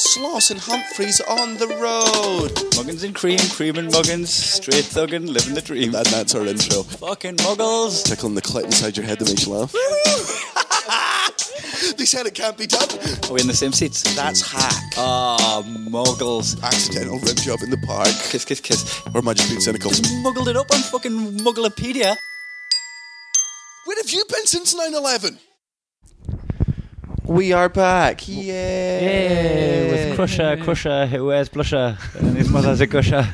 Sloss and Humphreys on the road. Muggins and cream, cream and muggins, straight thuggin', living the dream. And that's our intro. Fucking muggles. Tickling the clit inside your head that makes you laugh. they said it can't be done. Are we Oh, in the same seats? That's hack. Ah, muggles. Ah, Accidental rib job in the park. Kiss, kiss, kiss. Or am I just being cynical? Just muggled it up on fucking Mugglepedia. Where have you been since 9 11? We are back. Yay. Yay, with Crusher, Crusher, who wears blusher, and his mother's a gusher.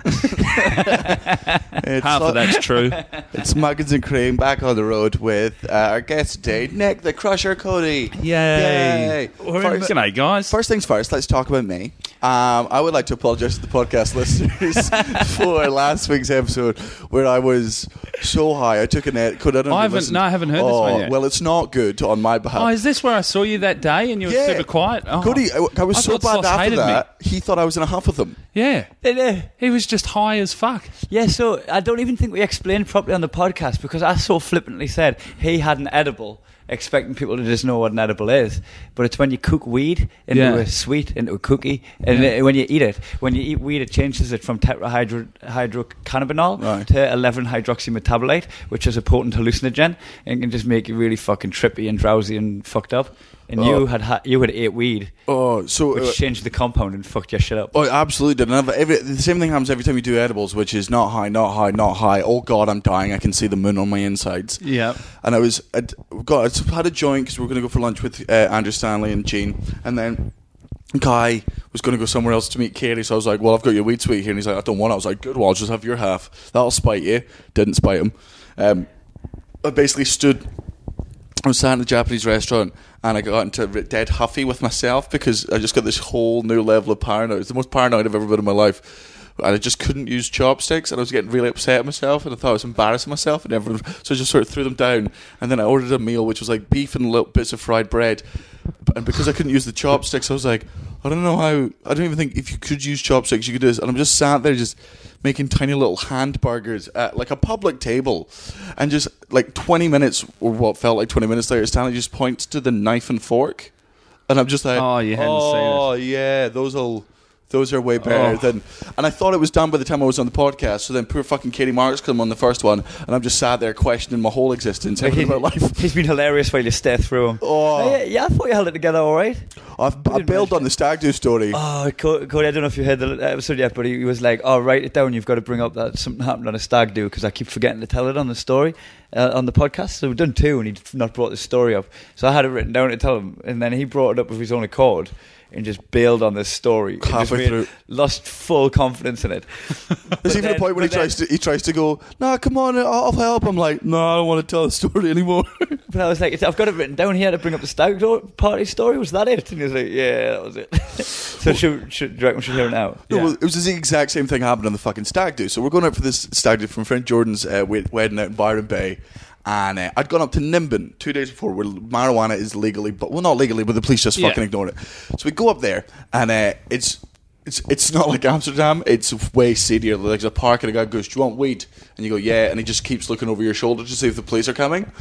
It's, Half all- of that's true. it's Muggins and Cream back on the road with uh, our guest today, Nick the Crusher Cody. Yay. Yay. First, G'day, guys. First things first, let's talk about me. Um, I would like to apologise to the podcast listeners for last week's episode where I was so high. I took a net. Could I? don't I even haven't- listen. no, I haven't heard this oh, one yet. Well, it's not good on my behalf. oh, is this where I saw you that day and you were yeah, super quiet? Oh. Cody, I, I was I so thought bad Sloss after hated me. that. He thought I was in a half of them. Yeah. Hello. He was just high as fuck. yeah, so I don't even think we explained properly on the podcast because I so flippantly said he had an edible, expecting people to just know what an edible is. But it's when you cook weed into Yeah. a sweet, into a cookie, and Yeah. it- when you eat it, when you eat weed, it changes it from tetrahydrocannabinol Right. to 11 hydroxymetabolite, which is a potent hallucinogen and can just make you really fucking trippy and drowsy and fucked up. And Oh. you had ha- you had ate weed. Oh, so which changed the compound and fucked your shit up. Oh, it absolutely didn't. Have every, the same thing happens every time you do edibles, which is not high, not high, not high. Oh God, I'm dying. I can see the moon on my insides. Yeah. And I was, I'd, God, I had a joint because we were going to go for lunch with uh, Andrew Stanley and Gene, and then Guy was going to go somewhere else to meet Katie. So I was like, "Well, I've got your weed sweet here," and he's like, "I don't want it." I was like, "Good, well, I'll just have your half. That'll spite you." Didn't spite him. Um, I basically stood I was sat in a Japanese restaurant and I got into a dead huffy with myself because I just got this whole new level of paranoia. It's the most paranoid I've ever been in my life. And I just couldn't use chopsticks and I was getting really upset at myself and I thought I was embarrassing myself and everyone. So I just sort of threw them down and then I ordered a meal which was like beef and little bits of fried bread. And because I couldn't use the chopsticks, I was like, I don't know how. I don't even think if you could use chopsticks, you could do this. And I'm just sat there just making tiny little hand burgers at like a public table. And just like 20 minutes, or what felt like 20 minutes later, Stanley just points to the knife and fork. And I'm just like, Oh, you hadn't seen it. Oh. "Oh, yeah, those will. Those are way better than, and I thought it was done by the time I was on the podcast. So then, poor fucking Katie Marks come on the first one, and I'm just sat there questioning my whole existence, everything about life. He's been hilarious while you stare through him. Oh. yeah, yeah, I thought you held it together all right. I've, I bailed on the stag do story. Oh, Co- Cody, I don't know if you heard the episode yet, but he was like, "Oh, write it down. You've got to bring up that something happened on a stag do because I keep forgetting to tell it on the story uh, on the podcast." So we've done two, and he'd not brought the story up. So I had it written down to tell him, and then he brought it up of his own accord and just bailed on this story. It just Halfway made- through. lost full confidence in it. There's But even a then- point when he but then- tries to he tries to go, nah, come on, I'll I'll help. I'm like, no, I don't want to tell the story anymore. But I was like, I've got it written down here to bring up the stag do- party story. Was that it? And he was like, Yeah, that was it. so should, should, do you reckon we should hear it now? No, Yeah. well, it was the exact same thing happened on the fucking stag do. So we're going out for this stag do from friend Jordan's uh, wed- wedding out in Byron Bay, and uh, I'd gone up to Nimbin two days before, where marijuana is legally, but well, not legally, but the police just Yeah. fucking ignore it. So we go up there, and uh, it's. It's, it's not like Amsterdam. It's way seedier. Like, There's a park and a guy goes, "Do you want weed?" And you go, "Yeah." And he just keeps looking over your shoulder to see if the police are coming.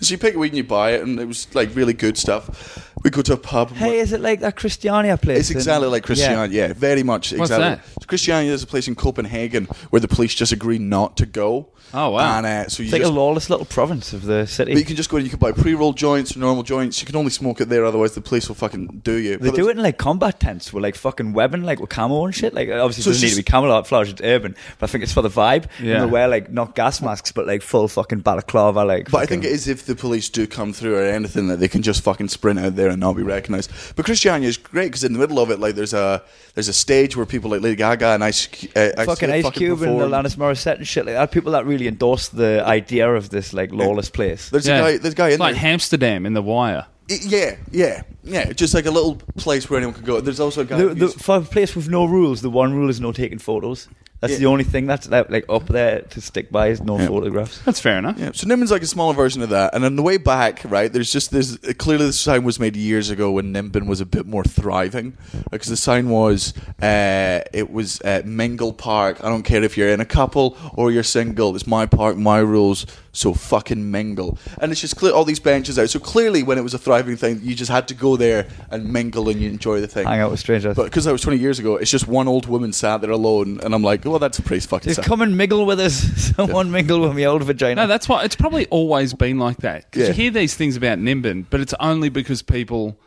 So you pick weed and you buy it, and it was like really good stuff. We go to a pub. and we're- Hey, is it like that Christiania place? it's exactly in- like Christiania, yeah, very much What's exactly. that? So Christiania is a place in Copenhagen where the police just agree not to go. Oh, wow. And uh, so you It's like just, a lawless little province of the city. but you can just go and you can buy pre-roll joints, normal joints. You can only smoke it there, otherwise the police will fucking do you. they do it in like combat tents with like fucking webbing, like with camo and shit. Like obviously So it it's doesn't need to be just- camouflage, it's urban. But I think it's for the vibe. Yeah. And they wear like not gas masks, but like full fucking balaclava. Like, But I think it is if the police do come through or anything that they can just fucking sprint out there and not be recognised. But Christiania is great because in the middle of it, like there's a there's a stage where people like Lady Gaga and Ice Cu- uh, Ice- fucking Ice Cube perform. and Alanis Morissette and shit like that. People that really endorse the idea of this like lawless place. There's Yeah. a guy. There's a guy in It's like there. Hamsterdam in The Wire. I- yeah, yeah, yeah. Just like a little place where anyone can go. There's also a guy. The, who's- the, for a place with no rules, the one rule is no taking photos. That's Yeah. the only thing that's like, like up there to stick by is no Yeah. photographs. That's fair enough. Yeah, so Nimbin's like a smaller version of that. And on the way back, right, there's just this. Clearly, the sign was made years ago when Nimbin was a bit more thriving, because the sign was uh, it was uh, Mingle Park. I don't care if you're in a couple or you're single. It's my park, my rules. So fucking mingle. And it's just clear all these benches out. So clearly, when it was a thriving thing, you just had to go there and mingle and you enjoy the thing. Hang out with strangers. But because that was 20 years ago, it's just one old woman sat there alone, and I'm like, well, that's a pretty fucking. Just sad. come and mingle with us. Someone mingle with me old vagina. No, that's why it's probably always been like that. 'Cause Yeah. you hear these things about Nimbin, but it's only because people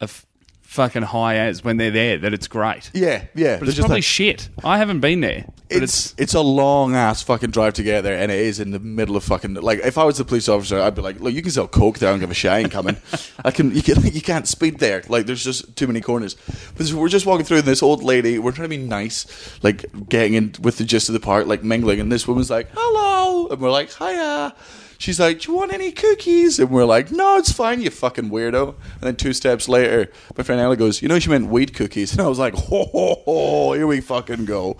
are f- fucking high as when they're there that it's great. yeah, yeah. But They're it's just probably like- shit. I haven't been there. But it's it's a long ass fucking drive to get there, and it is in the middle of fucking like. If I was the police officer, I'd be like, "Look, you can sell coke there. I don't give a shit. I ain't coming. I can you can you can't speed there. Like, there's just too many corners." But so we're just walking through, and this old lady. We're trying to be nice, like getting in with the gist of the park, like mingling. And this woman's like, "Hello," and we're like, "Hiya." She's like, "Do you want any cookies?" And we're like, "No, it's fine, you fucking weirdo." And then two steps later, my friend Ella goes, "You know, she meant weed cookies." And I was like, "Ho ho ho! Here we fucking go."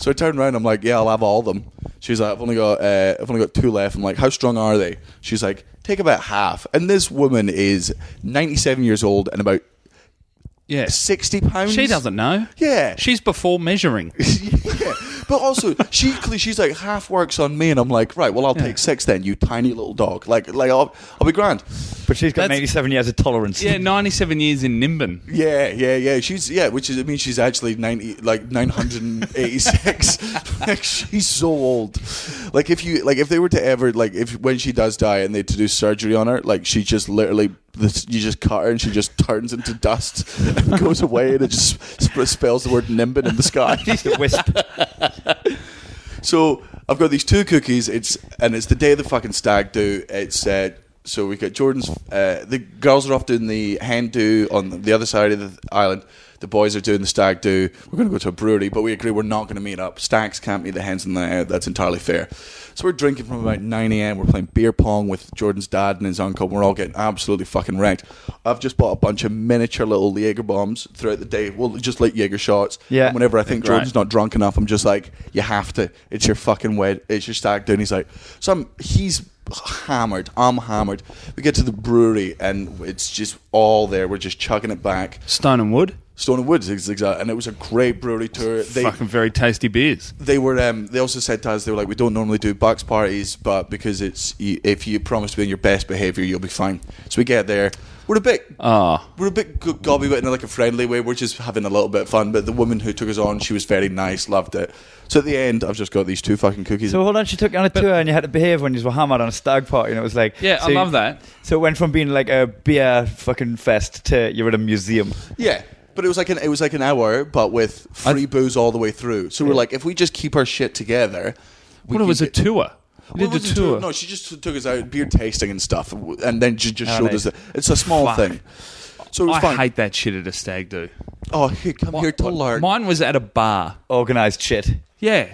So I turned around. I'm like, "Yeah, I'll have all of them." She's like, "I've only got, uh, I've only got two left." I'm like, "How strong are they?" She's like, "Take about half." And this woman is 97 years old and about yeah. 60 pounds. She doesn't know. Yeah. She's before measuring. yeah. But also, she cle- she's like half works on me, and I'm like, right, well, I'll take six then, you tiny little dog. Like, like I'll, I'll be grand. but she's got that's- 97 years of tolerance. Yeah, 97 years in Nimbin. Yeah, yeah, yeah. She's yeah, which is I mean, she's actually ninety, like nine hundred and eighty-six. like she's so old. Like if you like if they were to ever like if when she does die and they had to do surgery on her, like she just literally this, you just cut her and she just turns into dust and goes away and it just sp- spells the word nimbin in the sky. The wisp. So I've got these two cookies. It's and it's the day of the fucking stag do. It's uh, so we got Jordan's. Uh, the girls are off doing the hen do on the other side of the island. The boys are doing the stag do. We're going to go to a brewery, but we agree we're not going to meet up. Stags can't meet the hens in the night out. That's entirely fair. So we're drinking from about 9 a.m. We're playing beer pong with Jordan's dad and his uncle. We're all getting absolutely fucking wrecked. I've just bought a bunch of miniature little Jaeger bombs throughout the day. Well, just like Jaeger shots. Yeah. And whenever I think They're great. Jordan's not drunk enough, I'm just like, you have to. It's your fucking wed. It's your stag do. And he's like, so I'm, he's hammered. I'm hammered. We get to the brewery and it's just all there. We're just chugging it back. Stone and Wood. Stone and Woods, is exact, and it was a great brewery tour. They fucking very tasty beers. they were um, they also said to us they were like we don't normally do box parties but because it's you, if you promise to be in your best behavior you'll be fine so we get there we're a bit Ah. we're a bit go- gobby but in like a friendly way we're just having a little bit of fun but the woman who took us on she was very nice loved it so at the end I've just got these two fucking cookies So hold on, she took you on a tour and you had to behave when you were hammered on a stag party, and it was like, Yeah, so I love that. So it went from being like a beer fucking fest to you're at a museum. yeah but it was like an it was like an hour but with free booze all the way through so we're like if we just keep our shit together we What it can was a get- tour. We Well, did it the wasn't tour. No, she just took us out beer tasting and stuff, and then she just Oh, showed us nice. that it's a small Fuck. thing. So it was I fine. hate that shit at a stag do. oh, here, come here to What- learn. Mine was at a bar. Organised shit. Yeah.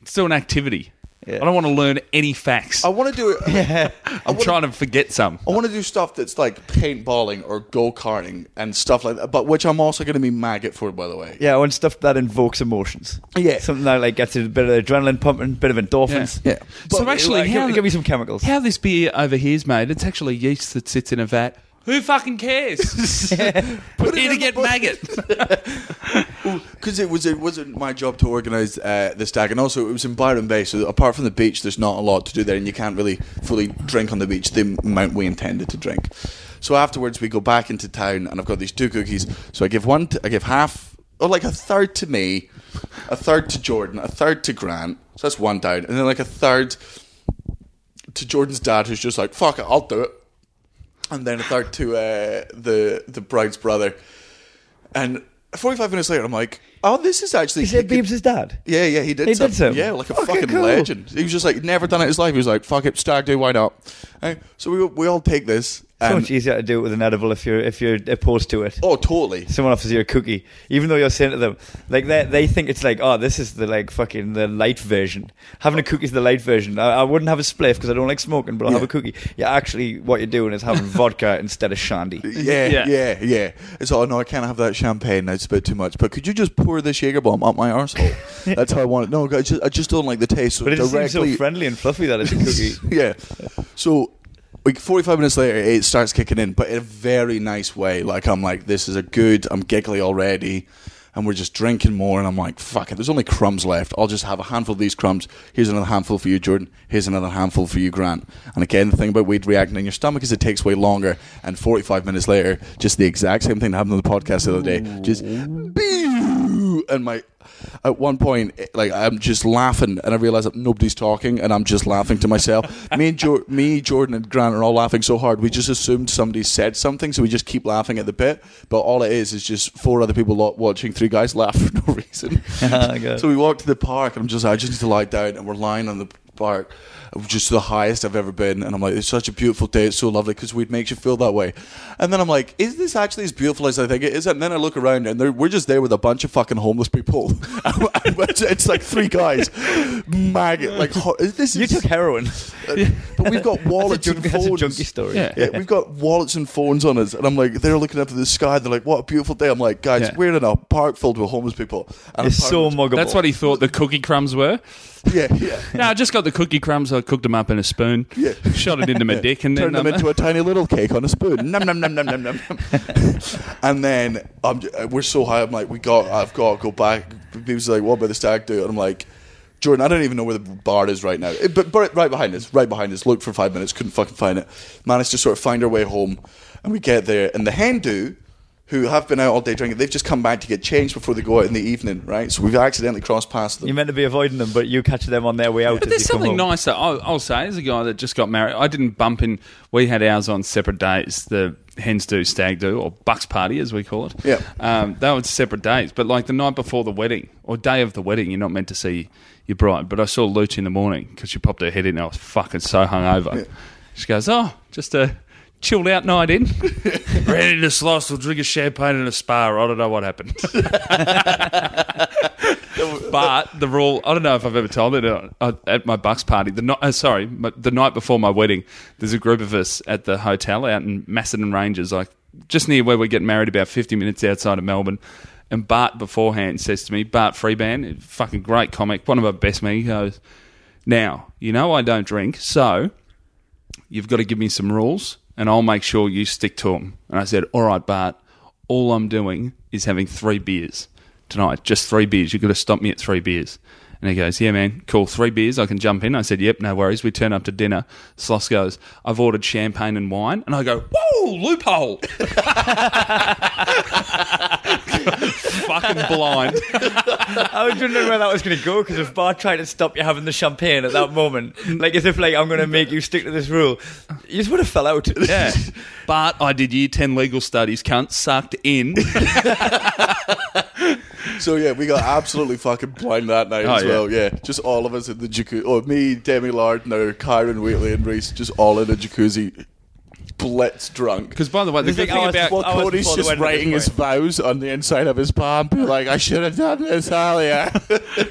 It's still an activity. Yeah. I don't want to learn any facts. I want to do. I'm trying to forget some. I want to do stuff that's like paintballing or go karting and stuff like that, but which I'm also going to be maggot for, by the way. Yeah, I want stuff that invokes emotions. Yeah. Something that like gets a bit of adrenaline pumping, bit of endorphins. Yeah. so actually, like, how, give, give me some chemicals. how this beer over here is made, it's actually yeast that sits in a vat. Who fucking cares? Put it here to in the get bush. maggot. because it was it wasn't my job to organise uh, the stag, and also it was in Byron Bay. So apart from the beach, there's not a lot to do there, and you can't really fully drink on the beach the amount we intended to drink. So afterwards, we go back into town, and I've got these two cookies. So I give one, to, I give half, or like a third to me, a third to Jordan, a third to Grant. So that's one down, and then like a third to Jordan's dad, who's just like, "Fuck it, I'll do it." And then a third to uh, the the bride's brother, and forty five minutes later, I'm like, "Oh, this is actually." Is it Beebs' dad? Yeah, yeah, he did. He did something. something. Yeah, like a Fucking fucking cool. legend. He was just like never done it in his life. He was like, "Fuck it, stag do, why not?" Eh, So we we all take this, so And- much easier to do it with an edible if you're if you're opposed to it. Oh, totally. Someone offers you a cookie, even though you're saying to them, like they they think it's like, oh, this is the like fucking the light version. Having a cookie's the light version. I, I wouldn't have a spliff because I don't like smoking, but I'll have Yeah. a cookie. Yeah, actually, what you're doing is having vodka instead of shandy. Yeah, Yeah. yeah, yeah, It's like, oh no, I can't have that champagne. That's a bit too much. But could you just pour this Jaeger bomb up my arsehole? That's how I want it. No, I just, I just don't like the taste. So But it just directly, seems so friendly and fluffy that it's a cookie. yeah. So, like forty-five minutes later, it starts kicking in, but in a very nice way. Like I'm like, this is a good. I'm giggly already, and we're just drinking more. And I'm like, fuck it. There's only crumbs left. I'll just have a handful of these crumbs. Here's another handful for you, Jordan. Here's another handful for you, Grant. And again, the thing about weed reacting in your stomach is it takes way longer. And forty-five minutes later, just the exact same thing that happened on the podcast the other day. Just. Boo! And my at one point, it- like I'm just laughing, and I realize that nobody's talking, and I'm just laughing to myself. me and jo- me, Jordan, and Grant are all laughing so hard. We just assumed somebody said something, so we just keep laughing at the bit. But all it is is just four other people lo- watching three guys laugh for no reason. Ah, good. so we walk to the park, and I'm just, I just need to lie down, and we're lying on the park. Just the highest I've ever been, and I'm like, it's such a beautiful day. It's so lovely because weed makes you feel that way. And then I'm like, is this actually as beautiful as I think it is? And then I look around, and they're- we're just there with a bunch of fucking homeless people. And it's it's like three guys, maggot. Like, ho- is this You is- uh, took heroin. but we've got wallets that's a, and junk, that's a phones. junkie story. Yeah. Yeah, we've got wallets and phones on us, and I'm like, they're looking up at the sky. They're like, "What a beautiful day!" I'm like, "Guys, Yeah. we're in a park filled with homeless people." And It's a park- so muggable. That's what he thought the cookie crumbs were. yeah, yeah. No, I just got the cookie crumbs. I cooked them up in a spoon. Yeah. Shot it into my dick and Turn then them um, into a tiny little cake on a spoon. Nom nom nom nom nom nom. nom. and then I'm, j- uh, we're so high. I'm like, we got. I've got to go back. People's like, what about the stag do? And I'm like, Jordan, I don't even know where the bar is right now. It- but, but right behind us, right behind us. Looked for five minutes, couldn't fucking find it. Managed to sort of find our way home, and we get there, and the hen do Who have been out all day drinking? They've just come back to get changed before they go out in the evening, right? So we've accidentally crossed past them. You're meant to be avoiding them, but you catch them on their way out. But as there's you come something home. nice that I'll, I'll say. There's a guy that just got married. I didn't bump in. We had ours on separate dates. The hens do, stag do, or bucks party as we call it. Yeah. um, they were separate dates. But like the night before the wedding or day of the wedding, you're not meant to see your bride. But I saw Luch in the morning because she popped her head in. And I was fucking so hungover. She goes, "Oh, just a." Chilled out night in, ready to slice. We'll drink a champagne and a spa. I don't know what happened. But the rule, I don't know if I've ever told it uh, uh, at my Bucks party. The night, uh, sorry, my, the night before my wedding, there's a group of us at the hotel out in Macedon Ranges, like just near where we're getting married, about 50 minutes outside of Melbourne. And Bart beforehand says to me, Bart Freeban, fucking great comic, one of our best men. He goes, "Now you know I don't drink, so you've got to give me some rules, and I'll make sure you stick to them." And I said, "All right, Bart. All I'm doing is having three beers." tonight, just three beers. You've got to stop me at three beers. And he goes, Yeah, man, cool, three beers. I can jump in. I said, Yep, no worries. We turn up to dinner. Sloss goes, I've ordered champagne and wine. And I go, Whoa, loophole. Fucking blind. I was wondering where that was going to go because if Bart tried to stop you having the champagne at that moment, like as if like I'm going to make you stick to this rule, you just would have fell out. Yeah. But I did year 10 legal studies, cunt, sucked in. So yeah, we got absolutely fucking blind that night Oh, as yeah. well. Yeah, just all of us in the jacuzzi. Oh, me, Demi Lardner, Kyron Wheatley, and Reese, just all in a jacuzzi, blitz drunk. Because, by the way, the good thing I thing was- about. While hours Cody's before the just wedding at this writing his point. vows on the inside of his palm, be like, "I should have done this earlier."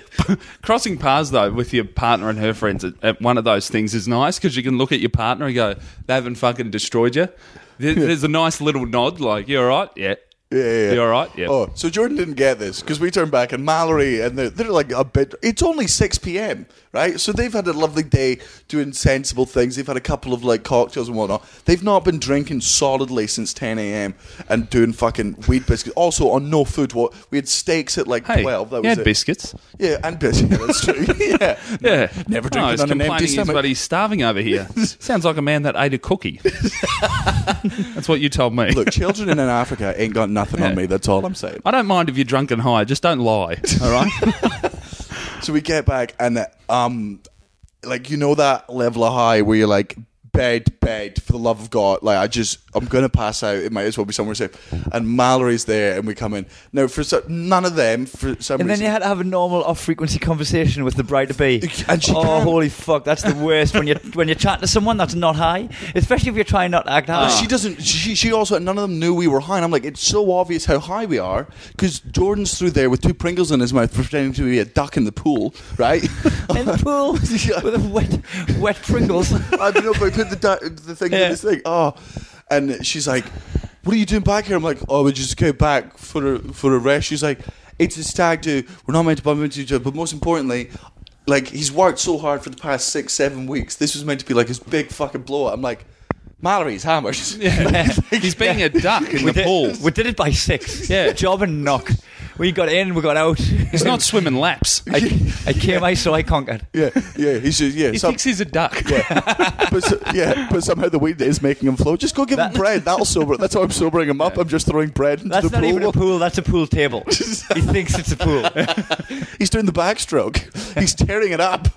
crossing paths though with your partner and her friends at, at one of those things is nice because you can look at your partner and go, "They haven't fucking destroyed you." There, There's a nice little nod, like, "You all right? Yeah, Yeah, yeah, yeah. You all right? Yeah." Oh, so Jordan didn't get this because we turned back and Mallory and they're, they're like a bit. It's only six p.m. right? So they've had a lovely day doing sensible things. They've had a couple of like cocktails and whatnot. They've not been drinking solidly since ten a.m. and doing fucking weed biscuits. Also on no food. What we had steaks at like Hey, twelve. That you was had it. biscuits. Yeah, and biscuits. Yeah, that's true. yeah, Yeah, Never No, drinking he's on an complaining empty he's, stomach. but he's starving over here. Sounds like a man that ate a cookie. That's what you told me. Look, children in Africa ain't got nothing Yeah. on me. That's all I'm saying. I don't mind if you're drunk and high, just don't lie. All right. So we get back and um, like you know that level of high where you're like bed, bed, for the love of God. Like, I just, I'm going to pass out. It might as well be somewhere safe. And Mallory's there, and we come in. No, for so, none of them, for some And then reason. you had to have a normal off-frequency conversation with the bride to be. And she oh, can't. holy fuck! That's the worst when you when you're chatting to someone that's not high, especially if you're trying not to act high. But she doesn't. She, she also. None of them knew we were high. And I'm like, it's so obvious how high we are because Jordan's through there with two Pringles in his mouth, pretending to be a duck in the pool, right? in the pool Yeah. with a wet wet Pringles. I don't know, but I put the, du- the thing Yeah. in this thing. Oh, and she's like, "What are you doing back here?" I'm like, "Oh, we just go back for a, for a rest." She's like, "It's a stag do. We're not meant to bump into each other, but most importantly." Like he's worked so hard for the past six, seven weeks. This was meant to be like his big fucking blow. up. I'm like, Mallory's hammered. He's being a duck in the did, pool. We did it by six. Yeah. job and knock. We got in, we got out. He's not swimming laps. I, I came, I saw, I conquered. yeah, yeah. He should. Yeah, He some- thinks he's a duck. yeah. but so, yeah, but somehow the weed is making him flow. Just go give him bread. That'll sober. That's how I'm sobering him up. I'm just throwing bread into That's the not pool. even a pool. That's a pool table. he thinks it's a pool. He's doing the backstroke. He's tearing it up.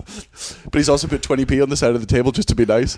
But he's also put 20p on the side of the table just to be nice.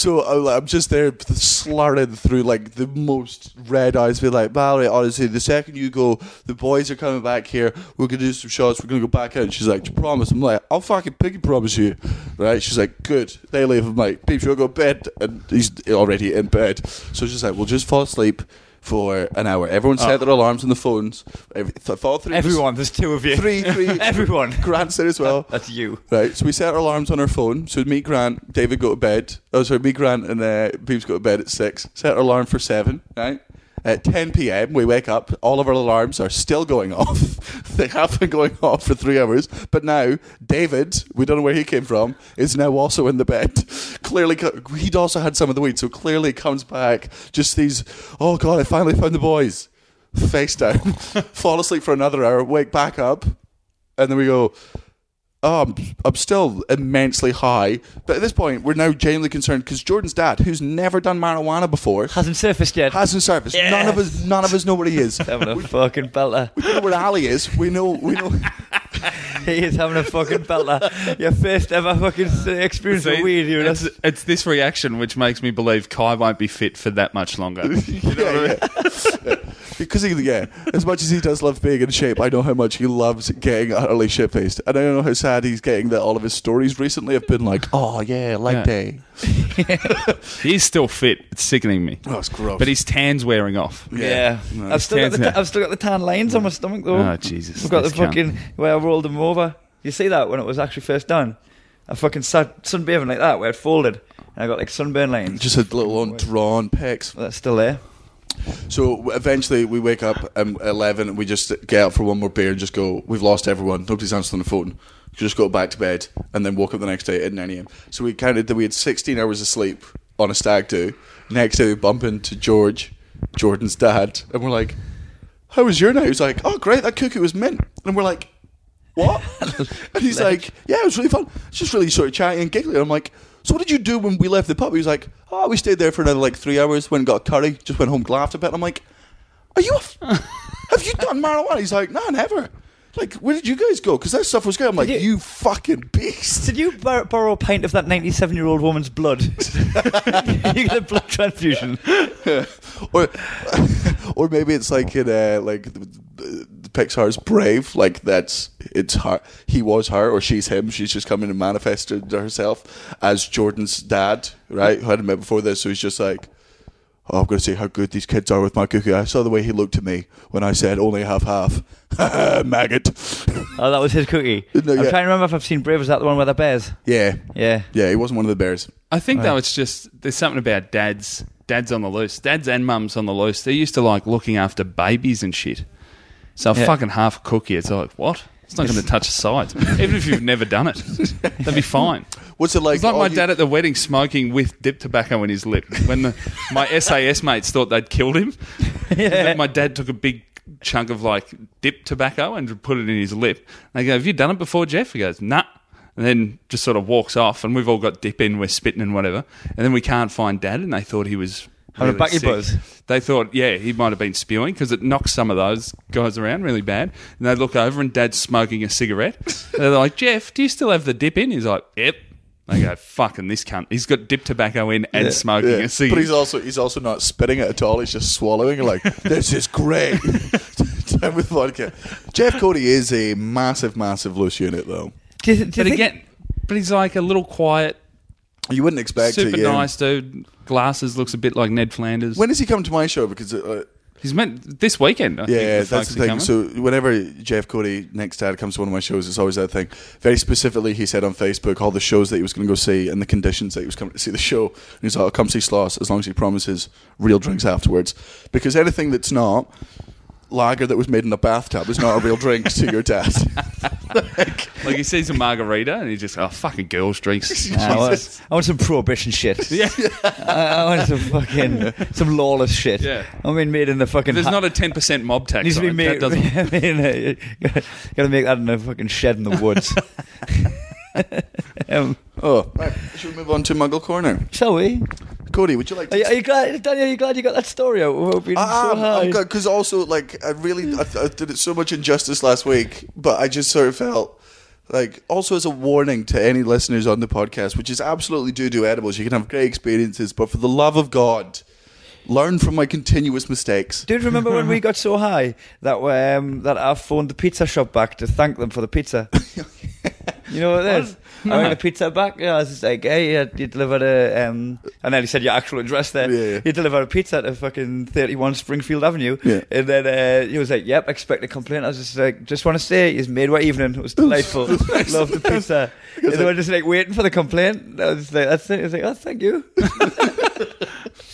So I- I'm just there slurring through like the most red eyes. Be like, Mallory, honestly, the second you go, the boys are coming back here. We're going to do some shots. We're going to go back out. And she's like, "Do you promise? I'm like, I'll fucking piggy promise you. Right? She's like, good. They leave. I'm like, peeps, you'll go to bed. And he's already in bed. So she's like, we'll just fall asleep. For an hour, everyone set their alarms on the phones. Every, th- fall through Everyone, there's two of you. three, three. Everyone. Grant's there as well. That's you. Right, so we set our alarms on our phone. So me, Grant, David go to bed. Oh, sorry, me, Grant, and uh, Beebs go to bed at six. Set our alarm for seven. Right. At 10 p.m., we wake up. All of our alarms are still going off. they have been going off for three hours. But now, David, we don't know where he came from, is now also in the bed. Clearly, co- he'd also had some of the weed, so clearly comes back. Just these, oh God, I finally found the boys. Face down, fall asleep for another hour, wake back up, and then we go, oh, I'm, I'm still immensely high. But at this point, we're now genuinely concerned because Jordan's dad, who's never done marijuana before, Hasn't surfaced yet. hasn't surfaced. None of us, none of us know where he is. having a fucking belter. we know where Ali is. We know, we know. He is having a fucking belter. Your first ever fucking uh, experience See, with weed, you know. it's, it's this reaction which makes me believe Kai won't be fit for that much longer. Yeah, yeah. because he, yeah, as much as he does love being in shape, I know how much he loves getting utterly shit faced, and I know how sad he's getting that all of his stories recently have been like, oh yeah, leg Yeah. day. He's still fit. It's sickening me. Oh, it's gross. But his tan's wearing off. Yeah, No. I've still got the Stands ta- out. I've still got the tan lines on my stomach though. Oh, Jesus, I've got the this cunt. fucking where I rolled them over. You see that when it was actually first done? I fucking sat sunbathing like that where it folded, and I got like sunburn lines. Just had little undrawn pecs. That's still there. So eventually we wake up um, at 11 and we just get out for one more beer and just go, we've lost everyone. Nobody's answering the phone. Just go back to bed and then woke up the next day at 9 a.m. So we counted that we had 16 hours of sleep on a stag do. Next day we bump into George, Jordan's dad, and we're like, how was your night? He's like, oh, great, that cookie was mint. And we're like, what? and he's like, yeah, it was really fun. It's just really sort of chatty and giggly. And I'm like, so what did you do when we left the pub? He was like, oh, we stayed there for another like three hours, went and got a curry, just went home, laughed a bit. I'm like, are you, a f- have you done marijuana? He's like, nah, never. Like, where did you guys go? Because that stuff was good. I'm like, you- you, fucking beast. Did you bor- borrow a pint of that 97 year old woman's blood? you get a blood transfusion. or, or maybe it's like in uh, like the, the- the Pixar's Brave. Like that's it's her. He was her, or she's him. She's just coming and manifested herself as Jordan's dad, right? Who hadn't met before this, so he's just like. Oh, I'm going to see how good these kids are with my cookie. I saw the way he looked at me when I said only half half. Maggot. Oh, that was his cookie. No, I'm yeah. trying to remember if I've seen Brave. Is that the one with the bears? yeah. Yeah. Yeah, he wasn't one of the bears. I think though it's just there's something about dads, dads on the loose, dads and mums on the loose. They're used to like looking after babies and shit. So a Yeah. fucking half cookie, it's like what? It's not going to touch the sides, even if you've never done it. That'd be fine. What's it like? It's like oh, my you- dad at the wedding smoking with dip tobacco in his lip. When the, my SAS mates thought they'd killed him, my dad took a big chunk of like dip tobacco and put it in his lip. And they go, Have you done it before, Jeff? He goes, Nah. And then just sort of walks off. And we've all got dip in, we're spitting and whatever. And then we can't find dad. And they thought he was. Having a really bucky sick. buzz. They thought, yeah, he might have been spewing because it knocks some of those guys around really bad. And they look over and dad's smoking a cigarette. And they're like, Jeff, do you still have the dip in? He's like, yep. They go, fucking this cunt. He's got dip tobacco in and smoking Yeah. a cigarette. But he's also he's also not spitting it at all. He's just swallowing. Like this is great. Time with vodka. Jeff Cody is a massive, massive loose unit, though. Do you, th- do you but think- again, but he's like a little quiet, You wouldn't expect super it. Yeah. nice dude. Glasses looks a bit like Ned Flanders. When does he come to my show? Because uh, he's meant this weekend. I think, yeah, the that's folks the are thing. coming. So whenever Jeff Cody next dad comes to one of my shows, it's always that thing. Very specifically, he said on Facebook all the shows that he was going to go see and the conditions that he was coming to see the show. And he's like, "I'll come see Sloss as long as he promises real drinks afterwards." Because anything that's not lager that was made in a bathtub is not a real drink to your dad. like he sees a margarita and he just oh fucking girls drinks. Nah, Ah, I, want, I want some prohibition shit. yeah, I, I want some fucking some lawless shit. Yeah. I mean, made in the fucking. there's ha- not a ten percent mob tax. needs to on be made. it. That doesn't. I mean, uh, gotta, gotta make that in a fucking shed in the woods. um, oh, right. Should we move on to Muggle Corner? shall we? Cody, would you like Are to? you, are you glad, Daniel? Are you glad you got that story out? We're being so high. because also like I really I, I did it so much injustice last week, but I just sort of felt like also as a warning to any listeners on the podcast, which is absolutely do do edibles. You can have great experiences, but for the love of God, learn from my continuous mistakes. Dude, remember when we got so high that um, that I phoned the pizza shop back to thank them for the pizza? you know what it is? I rang the pizza back. Yeah, I was just like, hey, uh, you delivered a. Um, and then he said your actual address there. Yeah, yeah. You delivered a pizza to fucking 31 Springfield Avenue. Yeah. And then uh, he was like, yep, expect a complaint. I was just like, just want to say, it's midway evening. It was delightful. Love the pizza. And they were just like waiting for the complaint. And I was just like, that's it. I was like, oh, thank you.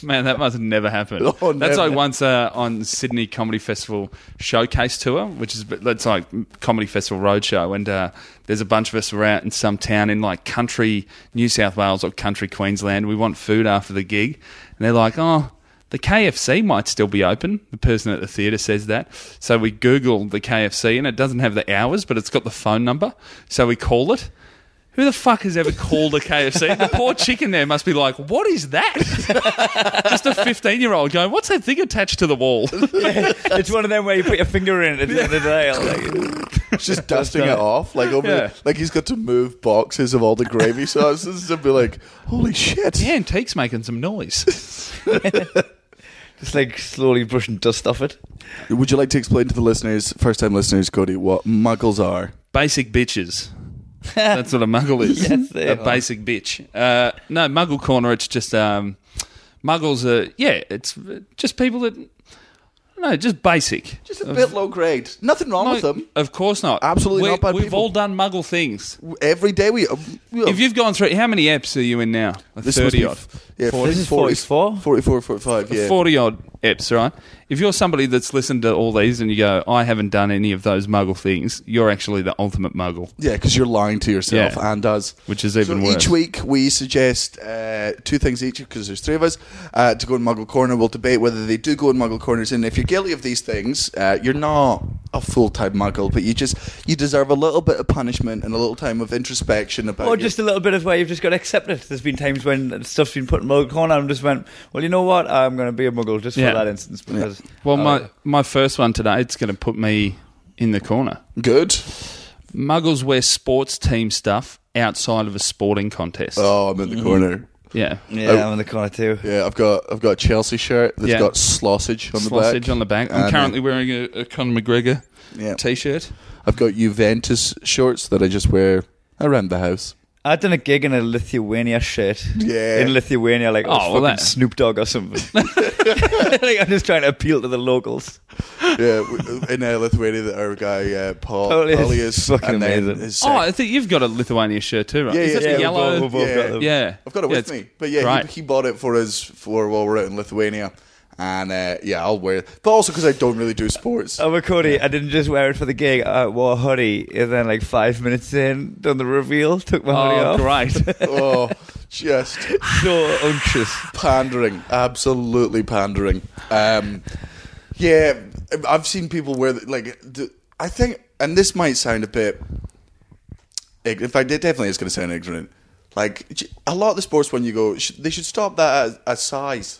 Man, that must never happen. Oh, That's never. like once uh, on Sydney Comedy Festival showcase tour, which is that's like Comedy Festival roadshow, and uh, there's a bunch of us were out in some town in like country New South Wales or country Queensland. We want food after the gig, and they're like, oh. The KFC might still be open. The person at the theatre says that. So we Google the KFC and it doesn't have the hours, but it's got the phone number. So we call it. Who the fuck has ever called a KFC? The poor chicken there must be like, what is that? just a 15 year old going, what's that thing attached to the wall? it's one of them where you put your finger in it at the end of the day. I'm like, It's just dusting it off, like over, Yeah. like he's got to move boxes of all the gravy sauces and be like, "Holy shit!" the antique's making some noise. Just like slowly brushing dust off it. Would you like to explain to the listeners, first-time listeners, Cody, what muggles are? Basic bitches. That's what a muggle is. Yes, they a are. basic bitch. Uh, no, Muggle Corner, it's just um, muggles are, yeah, it's just people that, no, just basic. Just a bit low grade. Nothing wrong with No, them. Of course not. Absolutely We- not bad We've people. all done muggle things. Every day we. Uh, If you've gone through, how many apps are you in now? Like This must 30 be odd. f- Yeah, This is 44? 44, 45, yeah. 40 odd eps, right? If you're somebody that's listened to all these and you go, I haven't done any of those muggle things, you're actually the ultimate muggle, Yeah, because you're lying to yourself Yeah. and us. which is even so worse. each week we suggest uh, two things each because there's three of us uh, to go in Muggle Corner. We'll debate whether they do go in Muggle Corners, and if you're guilty of these things, uh, you're not a full time Muggle, but you just you deserve a little bit of punishment and a little time of introspection about. Or your- just a little bit of where you've just got to accept it. There's been times when stuff's been put in muggle corner and just went, well, you know what? I'm going to be a muggle just Yeah. for that instance. Because Oh, well, uh, my, my first one today, it's going to put me in the corner. good. Muggles wear sports team stuff outside of a sporting contest. Oh, I'm in Mm-hmm. the corner. Yeah. Yeah, Oh. I'm in the corner too. Yeah, I've got I've got a Chelsea shirt that's Yeah. got sausage on the back. Sausage on the back. I'm And, uh, currently wearing a, a Conor McGregor Yeah. t-shirt. I've got Juventus shorts that I just wear around the house. I done a gig in a Lithuania shirt. Yeah. In Lithuania, like I was Oh, well, fucking that- Snoop Dogg or something. like, I'm just trying to appeal to the locals. yeah, w- in uh, Lithuania, that our guy uh, Paul Paul is Paulius, Oh, fucking and then amazing. his Oh, sec- I think you've got a Lithuania shirt too, right? Yeah, Is yeah, that the yeah, we've yellow? all- we've all Yeah. got them. yeah. I've got it Yeah, with it's me, but yeah, great. he, he bought it for us for while we're out in Lithuania, and uh, yeah, I'll wear it, but also because I don't really do sports. Oh, but Cody, I didn't just wear it for the gig. I wore a hoodie, and then like five minutes in, done the reveal, took my hoodie Oh, off. great. oh, just So unctuous. pandering, absolutely pandering. Um, yeah, I've seen people wear the- like the, I think, and this might sound a bit. ig- In fact, it definitely is going to sound ignorant. Like j- a lot of the sports, when you go, sh- they should stop that at, at size.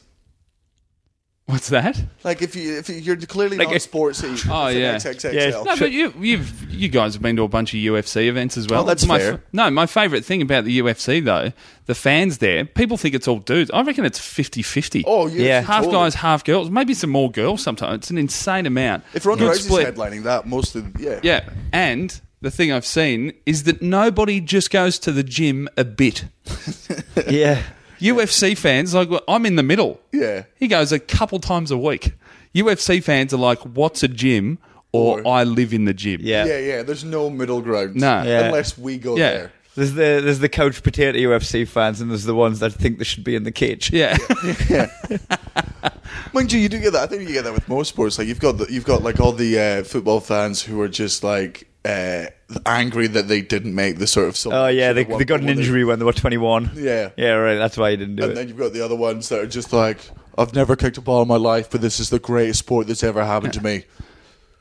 What's that? Like if you if you're clearly Like not if- sports eating, Oh, it's an XXXL. yeah. Yeah. No, but you you've you guys have been to a bunch of UFC events as well. Oh, that's my fair. f- no, my favorite thing about the UFC though, the fans there, people think it's all dudes. I reckon it's 50-50. Oh, yeah, Yeah. half totally. guys, half girls. Maybe some more girls sometimes. It's an insane amount. If Ronda Good Rousey's headlining that, most of yeah, Yeah, and the thing I've seen is that nobody just goes to the gym a bit. yeah. UFC fans like well, I'm in the middle. Yeah. he goes a couple times a week. UFC fans are like, "What's a gym?" or, Or- "I live in the gym." Yeah. yeah, yeah. There's no middle ground. No. Yeah. unless we go Yeah. there. There's the there's the couch potato UFC fans, and there's the ones that think they should be in the cage. yeah. Mind you, you do get that. I think you get that with most sports. Like you've got the, you've got like all the uh, football fans who are just like uh, angry that they didn't make the sort of. Oh yeah, selection they, at one they got an point when injury when they were 21. Yeah. Yeah, right. That's why you didn't do And it. then you've got the other ones that are just like, I've never kicked a ball in my life, but this is the greatest sport that's ever happened to me.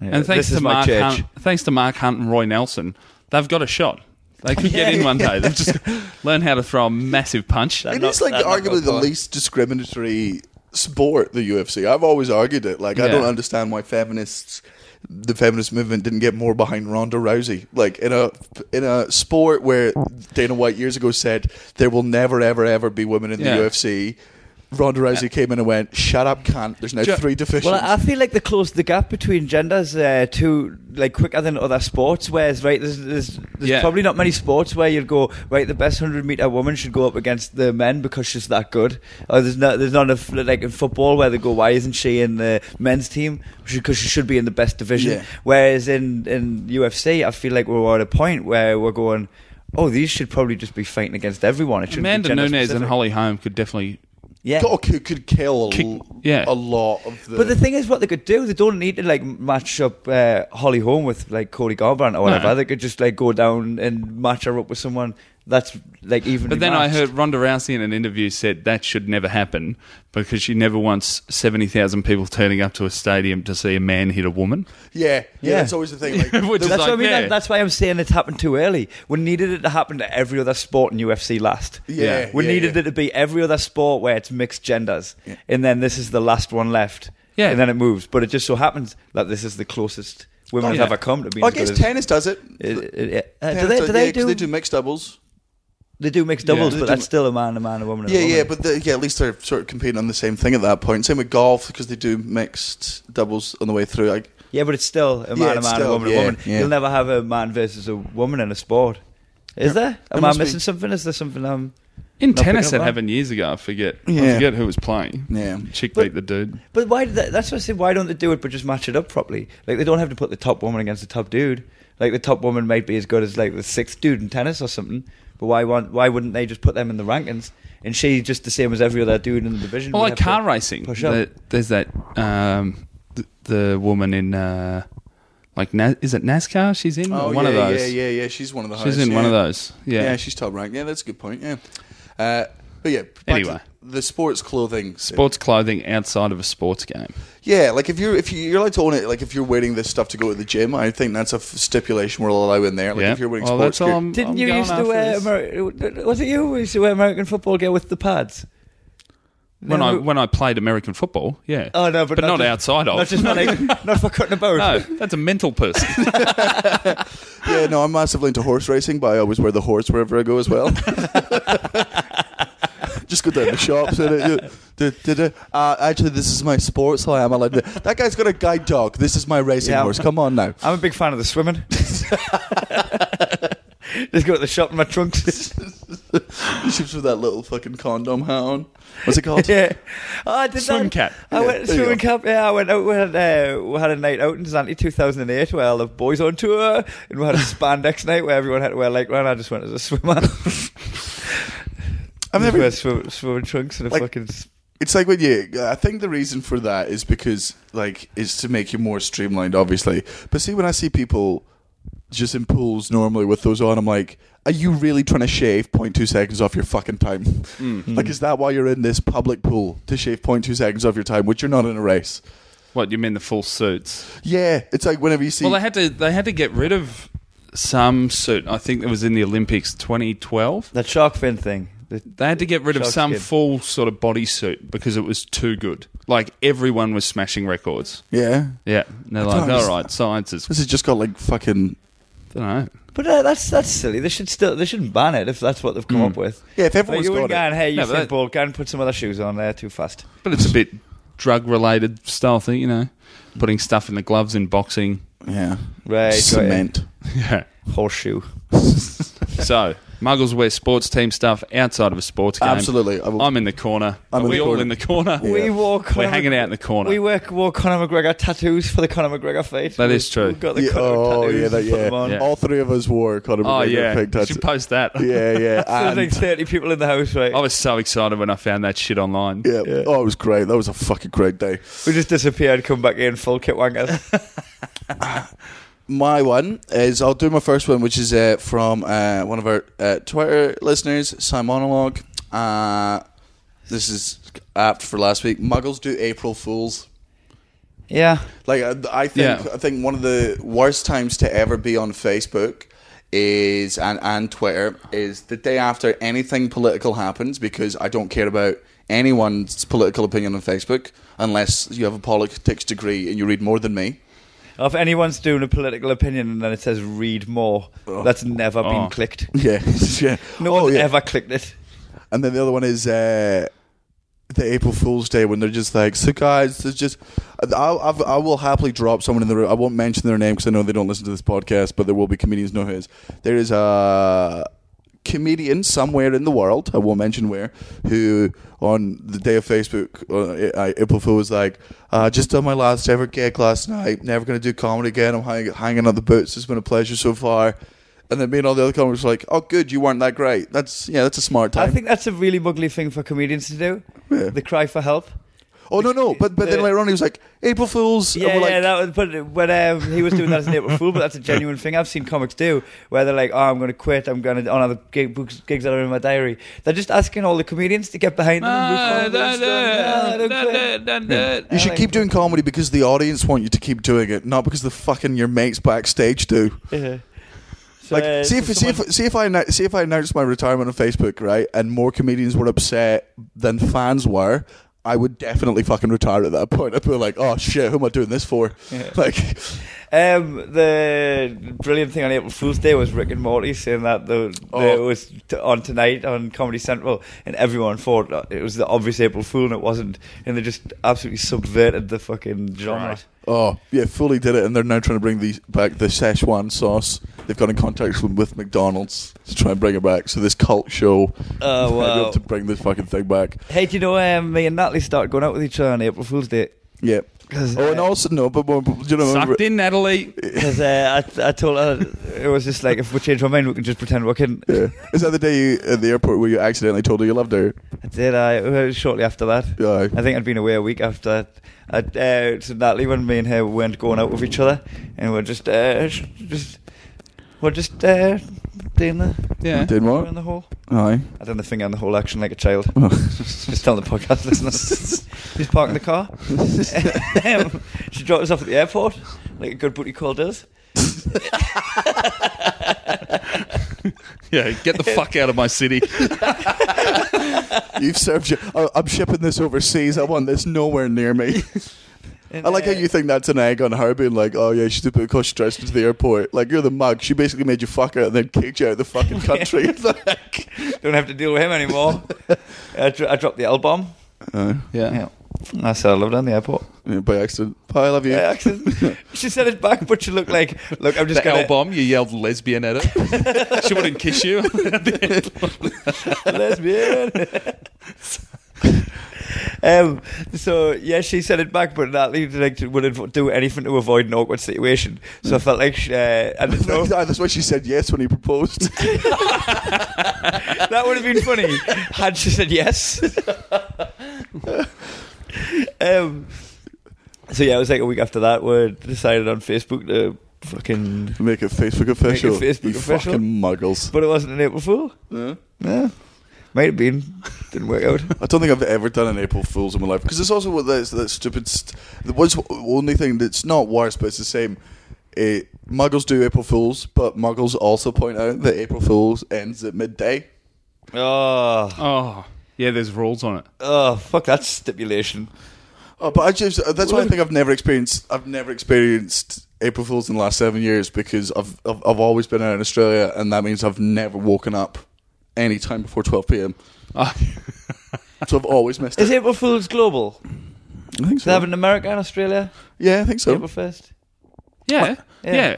Yeah, And thanks this to is my Mark, church. Hunt, thanks to Mark Hunt and Roy Nelson, they've got a shot. They could get in one day. They've just learned how to throw a massive punch. It is not- like that not arguably the gone. least discriminatory sport, the UFC. I've always argued it. Like I Yeah. don't understand why feminists, the feminist movement, didn't get more behind Ronda Rousey. Like in a in a sport where Dana White years ago said there will never ever ever be women in Yeah. the UFC. Ronda Rousey came in and went, "Shut up, cunt." There's now Do you- three divisions. Well, I I feel like they closed the gap between genders uh, too, like quicker than other sports. Whereas, right, there's, there's, there's Yeah. probably not many sports where you'd go right. The best hundred meter woman should go up against the men because she's that good. Or there's not there's not enough like in football where they go why isn't she in the men's team because she should be in the best division. Yeah. Whereas in in UFC, I feel like we're at a point where we're going. Oh, these should probably just be fighting against everyone. It shouldn't be Amanda gender Nunes and specific. Holly Holm could definitely. Yeah, God, Oh, could, could kill a, Kick- l- yeah. a lot of the. But the thing is, what they could do, they don't need to like match up uh, Holly Holm with like Cody Garbrandt or whatever. No. They could just like go down and match her up with someone that's like even. But then I heard Ronda Rousey in an interview said that should never happen because she never wants 70,000 people turning up to a stadium to see a man hit a woman. yeah, yeah, Yeah. that's always the thing. Like, Which That's is what I like, mean. yeah. that- That's why I'm saying it's happened too early. We needed it to happen to every other sport in UFC last. yeah, Yeah. We yeah, needed yeah. it to be every other sport where it's mixed genders, and then this is the last one left. Yeah. and then it moves. But it just so happens that this is the closest women Oh, Yeah. have ever come to being. Well, I as good guess as- tennis does it. It- it- it- uh, Tennis do they, does- do they yeah, 'cause do they do mixed doubles. They do mixed Yeah. doubles, They but do that's still a man, a man, a woman. And Yeah, a woman. yeah, but the, yeah, at least they're sort of competing on the same thing at that point. Same with golf because they do mixed doubles on the way through. Like, yeah, but it's still a man, a it's man, still- a woman, yeah, a woman. yeah. You'll never have a man versus a woman in a sport, is there? Am I must be. missing something? Is there something? Um, In Not tennis, picking that up on. happened years ago. I forget. Yeah. I forget who was playing. Yeah. Chick But- beat the dude. but why? Did that, that's what I said. Why don't they do it, but just match it up properly? Like they don't have to put the top woman against the top dude. Like the top woman might be as good as like the sixth dude in tennis or something. But why? Want, why wouldn't they just put them in the rankings? And she just the same as every other dude in the division. Well, would like have to car racing. push up. The- there's that um, the, the woman in uh, like Na- is it NASCAR? She's in oh, Or one yeah, of those. Yeah, yeah, yeah. She's one of the She's highest, in one yeah. of those. Yeah. Yeah. she's top ranked. Yeah, that's a good point. Yeah, uh, but yeah. back to Anyway. the sports clothing. sports clothing outside of a sports game. Yeah, like if you're if you- you're allowed to own it, like if you're waiting this stuff to go to the gym, I think that's a f- stipulation we'll allow in there. Like yeah. if you're wearing well, sports that's all gear- I'm, Didn't I'm you going used to after wear this. Ameri- was it you who used to wear American football gear with the pads? when I No. when I played American football? Yeah. Oh no, but, but not just- outside of. Not just for like, not for cutting about. no, that's a mental person. yeah, no, I'm massively into horse racing, but I always wear the horse wherever I go as well. Just go down the shops and it, do, do, do, do. Uh, actually, this is my sport, so I am allowed to. That guy's got a guide dog. This is my racing Yeah. horse. Come on now. I'm a big fan of the swimming. Just go to the shop in my trunks. She's with that little fucking condom hat on. What's it called? yeah, oh, I did Swim that. cap. I went there you swimming go. cap. Yeah, I went out. We had, uh, we had a night out in Zante 2008 where all the boys on tour, and we had a spandex night where everyone had to wear like one. I just went as a swimmer. I've Just never. wear swim, swimming trunks and a Like- fucking. s- It's like when you. I think the reason for that is because, like, it's to make you more streamlined, obviously. But see, when I see people just in pools normally with those on, I'm like, are you really trying to shave 0.2 seconds off your fucking time? Hmm. Mm. Like, is that why you're in this public pool to shave 0.2 seconds off your time, which you're not in a race? what you mean the full suits? Yeah, it's like whenever you see. Well, they had to they had to get rid of some suit. I think it was in the Olympics 2012. That shark fin thing. The- They had to get rid of Shark's some Kid. full sort of bodysuit because it was too good. Like everyone was smashing records. Yeah. Yeah, and they're I thought like, it was- all right, science is. This has just got like fucking. I don't know. But uh, that's that's silly. They should still they shouldn't ban it if that's what they've come up with. Yeah, if Like, everyone's you got wouldn't it. go, hey, you Hmm. No, no, but think that- ball, go and put some other shoes on there too fast. But it's a bit drug related style thing, you know, putting stuff in the gloves in boxing. Yeah. Right, Cement. Yeah. horseshoe. So, muggles wear sports team stuff outside of a sports game. Absolutely. I will- I'm in the corner. I'm Are in we the all corner. in the corner? Yeah. We wore Conor We're hanging out in the corner. We work wore Conor McGregor tattoos for the Conor McGregor fight. That We- is true. we got the Yeah, Conor oh tattoos yeah, and that, put yeah. them on. Yeah. All three of us wore Conor Oh, McGregor yeah. pink You tats. should post that. Yeah, yeah. So and- there's like 30 people in the house, right? I was so excited when I found that shit online. yeah. Oh, it was great. That was a fucking great day. We just disappeared, come back in full kit wankers. My one is I'll do my first one, which is uh, from uh, one of our uh, Twitter listeners, Simonologue. Uh, this is apt for last week. Muggles do April Fools. yeah. Like I, I think Yeah. I think one of the worst times to ever be on Facebook is and and Twitter is the day after anything political happens because I don't care about anyone's political opinion on Facebook unless you have a politics degree and you read more than me. If anyone's doing a political opinion and then it says read more, that's never Oh. been clicked. Yeah, yeah. No Oh, one's yeah. ever clicked it. And then the other one is uh, the April Fool's Day when they're just like, so guys, there's just. I, I've, I will happily drop someone in the room. I won't mention their name because I know they don't listen to this podcast, but there will be comedians know who it is. There is a comedian somewhere in the world, I won't mention where, who on the day of Facebook, uh, I- April Fool was like, uh, just done my last ever gig last night, never going to do comedy again. I'm hang- hanging on the boots. It's been a pleasure so far. And then me and all the other comics were like, oh, good, you weren't that great. That's, yeah, that's a smart time. I think that's a really muggly thing for comedians to do. Yeah. The cry for help. Oh no, no! But but then the- later on, he was like April Fools. and Yeah, we're like, yeah, that was, but but um, he was doing that as an April Fool, but that's a genuine thing I've seen comics do, where they're like, "Oh, I'm going to quit. I'm going to on other gig, books, gigs that are in my diary." They're just asking all the comedians to get behind them. Ah, and root for da, them and da, stand, "No, don't da, quit." da, da, da. you should keep doing comedy because the audience want you to keep doing it, not because the fucking your mates backstage do. Yeah. So, Like, uh, see if so see if someone- see if I annou- see if I announced my retirement on Facebook, right, and more comedians were upset than fans were. I would definitely fucking retire at that point. I'd be like, oh shit, who am I doing this for? Like, Um, the brilliant thing on April Fool's Day was Rick and Morty saying that the, the it Oh. was t- on tonight on Comedy Central, and everyone thought that it was the obvious April Fool, and it wasn't, and they just absolutely subverted the fucking genre. Right. oh yeah, fully did it, and they're now trying to bring the, back the Szechuan sauce. They've got in contact with, with McDonald's to try and bring it back. So this cult show, Oh, they're gonna be wow. able to bring this fucking thing back. Hey, do you know um, me and Natalie started going out with each other on April Fool's Day? Yeah. 'Cause, Oh, and uh, also no, but, but, but you know, Sucked in, Natalie. 'cause, uh, I, I told her it was just like if we change our mind, we can just pretend we're kidding. Yeah. Is that the day you, at the airport where you accidentally told her you loved her? I did. I it was shortly after that. Yeah. I think I'd been away a week after. I uh, so Natalie, when me and her weren't going out with each other, and we're just uh, sh- just we're just uh, doing the Yeah. Did finger in what? the hole. Aye. I done the finger in the hole action like a child. Oh. just telling the podcast listeners. She's parking the car. Um, she dropped us off at the airport, like a good booty call does. Yeah, get the fuck out of my city. You've served you. I, I'm shipping this overseas. I want this nowhere near me. I like how you think that's an egg on her being like, oh yeah, she did it because she dressed into the airport. Like, you're the mug. She basically made you fuck her and then kicked you out of the fucking country. Like, uh, don't have to deal with him anymore. I, dro- I dropped the L bomb. uh, Yeah. Yeah, that's how I lived on the airport. yeah, by accident. Bye, I love you. by accident. she said it back, but she looked like, look, I'm just The going L to bomb, you yelled lesbian at her. she wouldn't kiss you. lesbian. um, so yeah, she said it back, but Natalie like wouldn't do anything to avoid an awkward situation. So I felt like she, uh, I didn't know. "Ah, That's why she said yes when he proposed. that would have been funny had she said yes. um, so yeah, it was like a week after that. We decided on Facebook to fucking, Make it Facebook official. Facebook you official. fucking muggles. but it wasn't an April Fool. Yeah. Yeah, might have been. Didn't work out. I don't think I've ever done an April Fool's in my life because it's also what that, that stupid. St- the was only thing that's not worse, but it's the same. Eh, muggles do April Fools, but Muggles also point out that April Fools ends at midday. Oh, Oh, yeah, there's rules on it. oh, fuck that stipulation. Oh, but I just uh, that's why I think I've never experienced I've never experienced April Fools in the last seven years because I've I've, I've always been out in Australia and that means I've never woken up any time before twelve p.m. Oh, So I've always missed Is it. April Fool's global? Do I think they so. have it in America and Australia? yeah, I think so. April first. yeah, yeah, Yeah.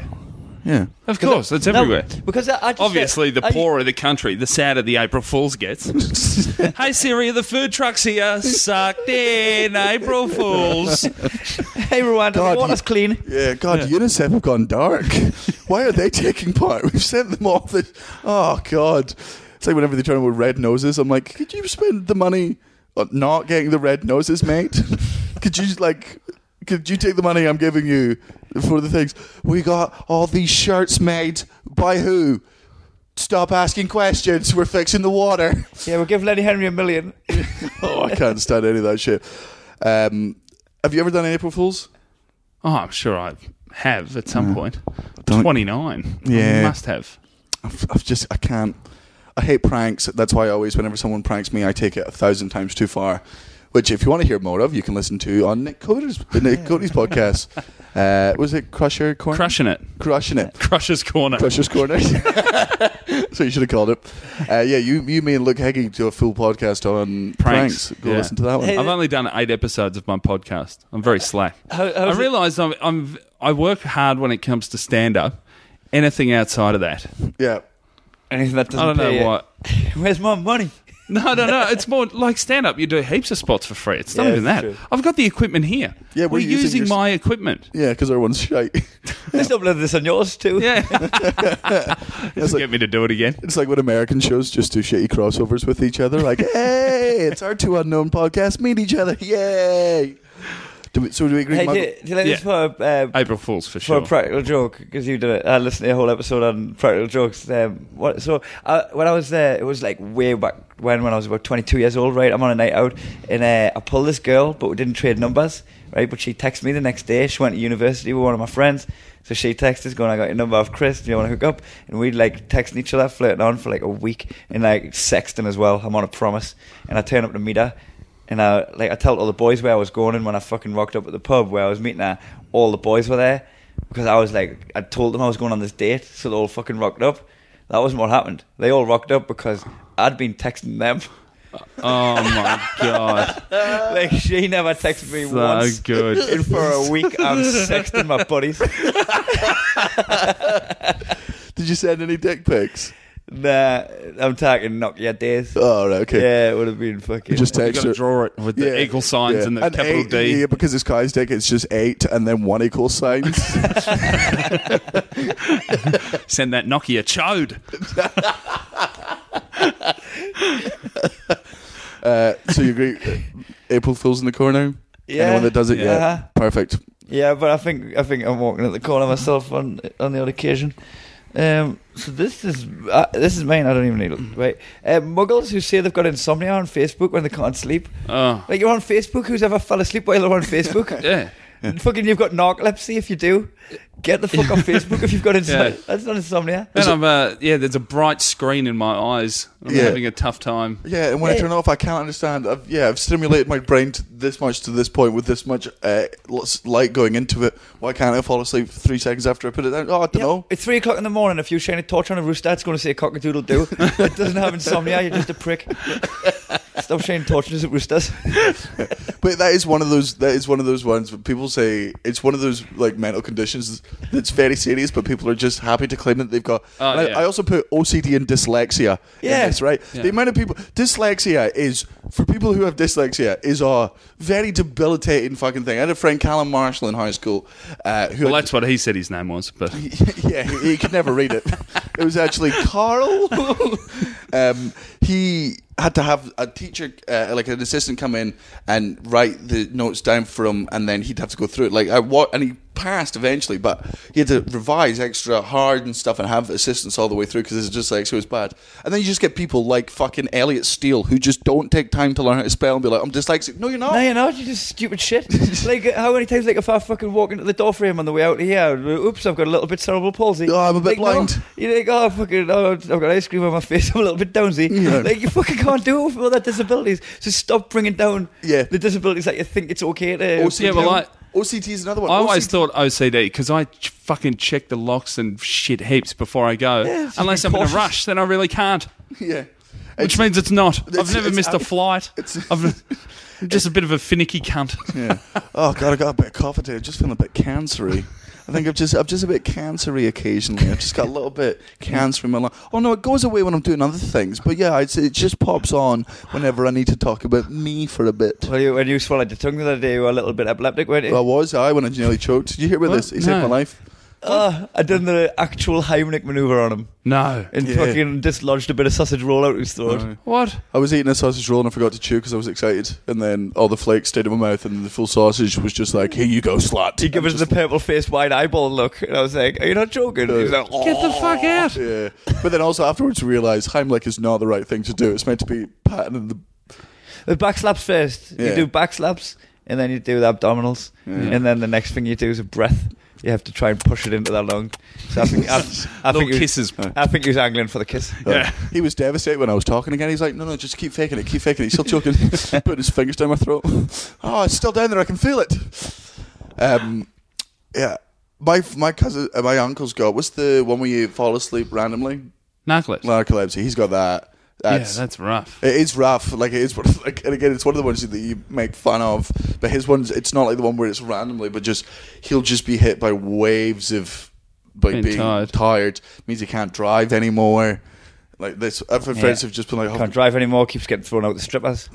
Yeah, Of course, it's everywhere. because I, I just Obviously, the I- poorer the country, the sadder the April Fools gets. hey Siri, the food truck's here. Sucked in, April Fools. Hey, Rwanda, God, the water's you- clean. yeah. God, UNICEF have gone dark. why are they taking part? We've sent them all the. Oh God, it's like whenever they're trying to wear red noses, I'm like, could you spend the money on not getting the red noses, mate? could you like? Could you take the money I'm giving you for the things? We got all these shirts made by who? Stop asking questions. We're fixing the water. Yeah, we'll give Lenny Henry a million. oh, I can't stand any of that shit. Um, have you ever done any April Fools? Oh, I'm sure I have at some point. Don't- Twenty nine. Yeah. must have. I've, I've just I can't. I hate pranks. That's why I always, whenever someone pranks me, I take it a thousand times too far. Which, if you want to hear more of, you can listen to on Nick Cody's Nick Cody's podcast. Uh, was it Crusher Corner? Crushing it. Crushing it. Crusher's corner. Crusher's Corner. so you should have called it. Uh, yeah, you, you, me, and Luke Heggie do a full podcast on pranks. Pranks, Go yeah. listen to that one. Hey, I've only done eight episodes of my podcast. I'm very slack. Uh, How- how's I it- realise I'm, I'm I work hard when it comes to stand up. Anything outside of that, yeah. Anything that doesn't I don't know pay you. what. Where's my money? No, no, no. It's more like stand up. You do heaps of spots for free. It's not Yeah, even that. that's true. I've got the equipment here. Yeah, we're, we're using your- using, my equipment. Yeah, because everyone's shite. Let's upload this on yours too. Yeah, it's, like, get me to do it again. it's like when American shows just do shitty crossovers with each other. Like, hey, it's our two unknown podcasts meet each other. Yay! Do we, so do we agree? Hey, Michael- do, do you like this for Yeah. a, uh, April Fools for for sure. a practical joke? Because you did it. I listened to a whole episode on practical jokes. Um, what, so uh, when I was there, it was like way back when when I was about 22 years old. Right, I'm on a night out, and uh, I pulled this girl, but we didn't trade numbers. Right, but she texted me the next day. She went to university with one of my friends. So she texted us going, I got your number off Chris, do you want to hook up? And we'd like texting each other, flirting on for like a week and like sexting as well. I'm on a promise. And I turn up to meet her and I like I told all the boys where I was going, and when I fucking rocked up at the pub where I was meeting her, all the boys were there because I was like I told them I was going on this date, so they all fucking rocked up. That wasn't what happened. They all rocked up because I'd been texting them. Oh my god, like she never texted me so once. good. And for a week, I'm sexting my buddies. Did you send any dick pics? Nah, I'm talking Nokia days. Oh, right, okay. Yeah, it would have been fucking. You just You text got to her. draw it with the Yeah, equal signs yeah. and the capital eight, D. Yeah, because it's Kai's dick, it's just eight and then one equal signs. Send that Nokia chode. uh, so you agree? uh, April Fool's in the corner? Yeah. Anyone that does it? Yeah. Uh-huh. Perfect. Yeah, but I think I think I'm walking at the corner myself on on the odd occasion. Um, so this is uh, this is mine. I don't even need Mm-hmm. it. Right, uh, muggles who say they've got insomnia on Facebook when they can't sleep. Oh, Like you're on Facebook. Who's ever fell asleep while they're on Facebook? yeah. Fucking, you've got narcolepsy if you do. Get the fuck off Facebook if you've got insomnia. Yeah. That's not insomnia. And I'm, uh, yeah, there's a bright screen in my eyes. I'm Yeah. having a tough time. Yeah, and when I Yeah. turn it off, I can't understand. I've, yeah, I've stimulated my brain to this much to this point with this much uh, lots- light going into it. Why can't I fall asleep three seconds after I put it down? Oh, I don't Yeah, know. It's three o'clock in the morning. If you shine a torch on a rooster, it's going to say cockadoodle doo. it doesn't have insomnia. You're just a prick. Stop shining torches at roosters. But that is one of those. That is one of those ones. Where people say it's one of those like mental conditions that's very serious, but people are just happy to claim that they've got. Oh, and I, yeah. I also put OCD and dyslexia. Yeah. in this, right. Yeah. The amount of people dyslexia is for people who have dyslexia is a very debilitating fucking thing. I had a friend Callum Marshall in high school uh, who. Well, had- that's what he said his name was, but yeah, he, he could never read it. It was actually Carl. um, he had to have a teacher, uh, like an assistant, come in and write the notes down for him, and then he'd have to go through it. Like I wa- and he passed eventually, but he had to revise extra hard and stuff and have assistance all the way through because it's just like so it's bad. And then you just get people like fucking Elliot Steele who just don't take time to learn how to spell and be like, I'm dyslexic. No, you're not. No, you're not. You're just stupid shit. like, how many times, like, if I fucking walk into the doorframe on the way out here, oops, I've got a little bit cerebral palsy. Oh, I'm a bit Like, no. blind. You're like, oh, fucking, oh, I've got ice cream on my face. I'm a little bit downsy. Yeah. Like, you fucking can't do it with all that disabilities. So stop bringing down Yeah. the disabilities that you think it's okay to. OCD. Yeah, well, I- OCT is another one. I always OCT thought OCD because I ch- fucking check the locks and shit heaps before I go. Yeah, just Unless be I'm in cautious. a rush, then I really can't. yeah. Which means it's not. it's- I've never it's- missed a flight. I've, I'm just a bit of a finicky cunt. Yeah. Oh god, I got a bit of cough today. I'm just feeling a bit cancery. I think I've just I'm just a bit cancery occasionally. I've just got a little bit cancer in my lung. Oh no, it goes away when I'm doing other things. But yeah, it's, it just pops on whenever I need to talk about me for a bit. Well, you, when you swallowed your tongue the other day, you were a little bit epileptic, weren't you? I was I when I nearly choked. Did you hear about What? this? He saved my No. life. Oh, I done the actual Heimlich maneuver on him No. and Yeah. fucking dislodged a bit of sausage roll out his throat. What? I was eating a sausage roll and I forgot to chew because I was excited, and then all the flakes stayed in my mouth, and the full sausage was just like, "Here you go, slut." He gave us the purple face, wide eyeball look, and I was like, "Are you not joking?" He was like, Get the "Oh." fuck out. Yeah, but then also afterwards we realised Heimlich is not the right thing to do. It's meant to be patting the The back slaps Uh, first. Yeah. You do back slaps, and then you do the abdominals, and then the next thing you do is a breath. You have to try and push it into that lung. So I think I, I Little think he was- kisses. I think he was angling for the kiss. Yeah. uh, He was devastated when I was talking again. He's like, no, no, just keep faking it, keep faking it. He's still choking, putting his fingers down my throat. Oh, it's still down there. I can feel it. Um, yeah. My my cousin, uh, my uncle's got what's the one where you fall asleep randomly? Narcolepsy. Narcolepsy. He's got that. That's, yeah, that's rough. it is rough. Like it is. one of- Like, and again, it's one of the ones that you make fun of. But his ones, it's not like the one where it's randomly, but just he'll just be hit by waves of by Being being, tired. tired. Means he can't drive anymore. Like this, I've had friends Yeah. who've just been like, oh, Can't drive anymore. Keeps getting thrown out the strippers.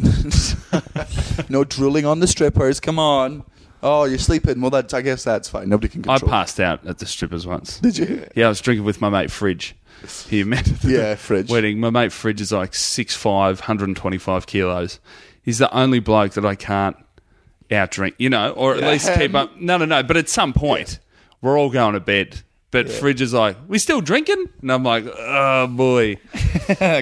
no drooling on the strippers. Come on. Oh, you're sleeping. Well, that's I guess that's fine. Nobody can I control. passed out at the strippers once. Did you? Yeah, I was drinking with my mate Fridge. He met at the Yeah, Fridge. Wedding. My mate Fridge is like 6'5", 125 kilos. He's the only bloke that I can't out drink, you know, or at least keep up. No, no, no. But at some point, we're all going to bed. But Fridge is like, we still drinking? And I'm like, oh boy.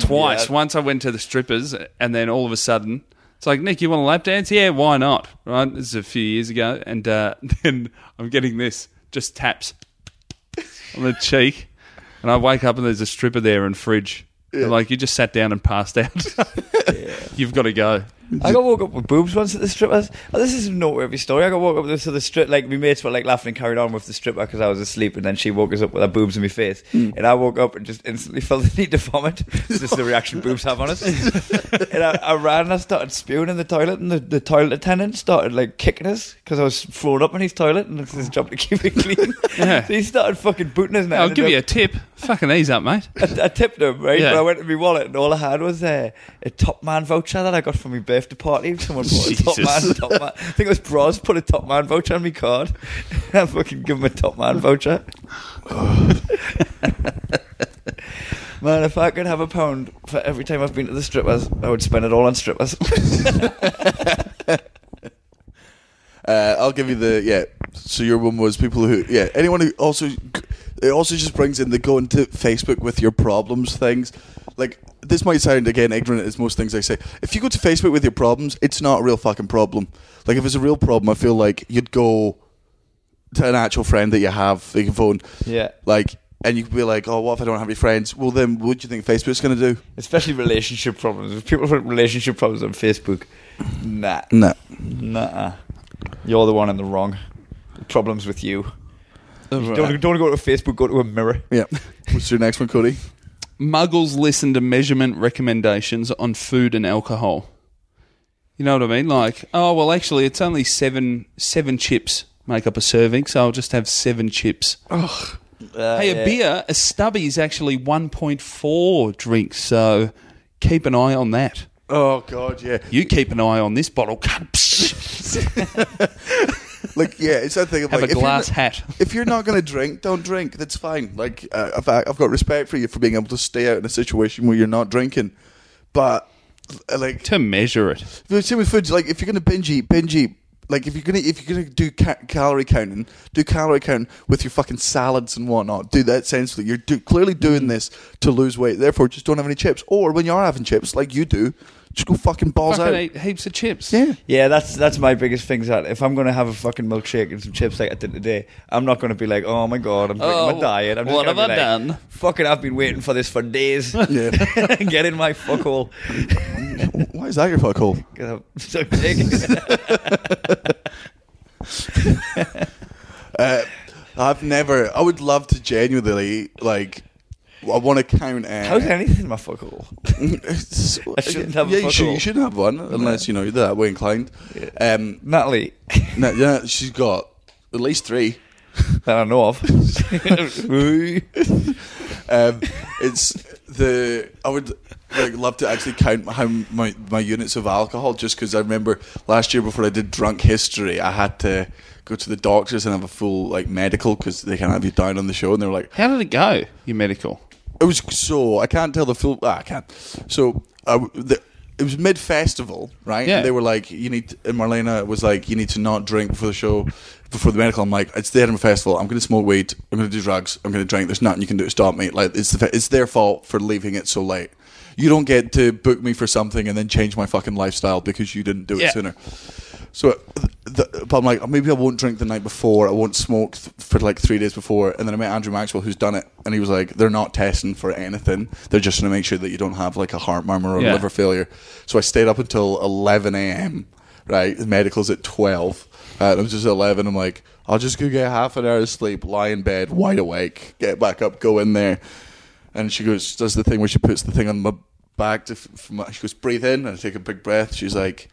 Twice. Once I went to the strippers, and then all of a sudden, it's like, Nick, you want a lap dance? Yeah, why not? Right? This is a few years ago. And uh, then I'm getting this just taps on the cheek. And I wake up and there's a stripper there and fridge. They're Like you just sat down and passed out. You've got to go. I got woke up with boobs once at the strippers. Oh, this is a noteworthy story. I got woke up with to the strip. Like my mates were like laughing and carried on with the stripper because I was asleep, and then she woke us up with her boobs in my face, Mm. and I woke up and just instantly felt the need to vomit. This is the reaction boobs have on us. and I, I ran and I started spewing in the toilet, and the, the toilet attendant started like kicking us because I was thrown up in his toilet, and it's his job to keep it clean. Yeah. so he started fucking booting us. and I I'll ended give up- you a tip. Fucking ease up, mate. I, I tipped him, right? Yeah. But I went to my wallet and all I had was uh, a Top Man voucher that I got from my birthday party. Someone bought a Top Man, Jesus. Top Man. I think it was Bros put a Top Man voucher on my card. I fucking give him a Top Man voucher. Man, if I could have a pound for every time I've been to the strippers, I would spend it all on strippers. Uh, I'll give you the yeah. So your one was people who yeah anyone who also it also just brings in the go into Facebook with your problems things. Like this might sound again ignorant as most things I say. If you go to Facebook with your problems, it's not a real fucking problem. Like if it's a real problem, I feel like you'd go to an actual friend that you have that you can phone. Yeah. Like and you could be like, oh, what if I don't have any friends? Well, then what do you think Facebook's gonna do? Especially relationship problems. If people put relationship problems on Facebook, nah. No. Nah. You're the one in the wrong. The problem's with you. Don't, don't go to Facebook, go to a mirror. Yeah. What's your next one, Cody? Muggles listen to measurement recommendations on food and alcohol. You know what I mean? Like, oh well, actually, it's only seven seven chips make up a serving, so I'll just have seven chips. Oh, Uh, hey, a beer, a stubby is actually one point four drinks, so keep an eye on that. Oh God, yeah. You keep an eye on this bottle. Like yeah, it's that thing of Have like a if you're glass not- hat. if you're not going to drink, don't drink. That's fine. Like uh, I've, I've got respect for you for being able to stay out in a situation where you're not drinking, but uh, like To measure it. the same with food. Like if you're going to binge eat, binge eat. Like if you're gonna if you're gonna do ca- calorie counting, do calorie counting with your fucking salads and whatnot. Do that sensibly. You're do- clearly Mm. doing this to lose weight. Therefore, just don't have any chips. Or when you are having chips, like you do, just go fucking balls Fucking out. eat heaps of chips. Yeah. Yeah, that's that's my biggest thing. Is that if I'm gonna have a fucking milkshake and some chips like I did today, I'm not gonna be like, oh my god, I'm breaking Oh, my diet. I'm just what gonna have be I like, done? Fucking, I've been waiting for this for days. Yeah. Get in my fuckhole. Why is that your fuck hole? Get up. So big. Uh, I've never. I would love to genuinely like. I want to count. Uh, How's anything in my fuckhole? It's- I shouldn't have a yeah, you, should, fuckhole. you should have one unless you know you're that way inclined. Um, Natalie, no, yeah, she's got at least three. that I know of. Um, it's the I would like love to actually count how my my units of alcohol just because I remember last year before I did drunk history I had to go to the doctors and have a full like medical because they can't have you down on the show and they were like How did it go? Your medical. It was so I can't tell the full. Ah, I can't. So I w the, it was mid festival, right? Yeah. And they were like, "You need." To, and Marlena was like, "You need to not drink before the show, before the medical." I'm like, "It's the Edinburgh Festival. I'm going to smoke weed. I'm going to do drugs. I'm going to drink. There's nothing you can do to stop me. Like it's the, fe- it's their fault for leaving it so late. You don't get to book me for something and then change my fucking lifestyle because you didn't do it Yeah. sooner." So, th th but I'm like, maybe I won't drink the night before. I won't smoke th- for like three days before. And then I met Andrew Maxwell, who's done it, and he was like, they're not testing for anything. They're just going to make sure that you don't have like a heart murmur or Yeah. liver failure. So I stayed up until 11 a.m. Right, the medical's at 12. Uh, and I was just at 11. I'm like, I'll just go get half an hour of sleep, lie in bed, wide awake, get back up, go in there. And she goes, does the thing where she puts the thing on my back to, f- for my, she goes, breathe in, and I take a big breath. She's like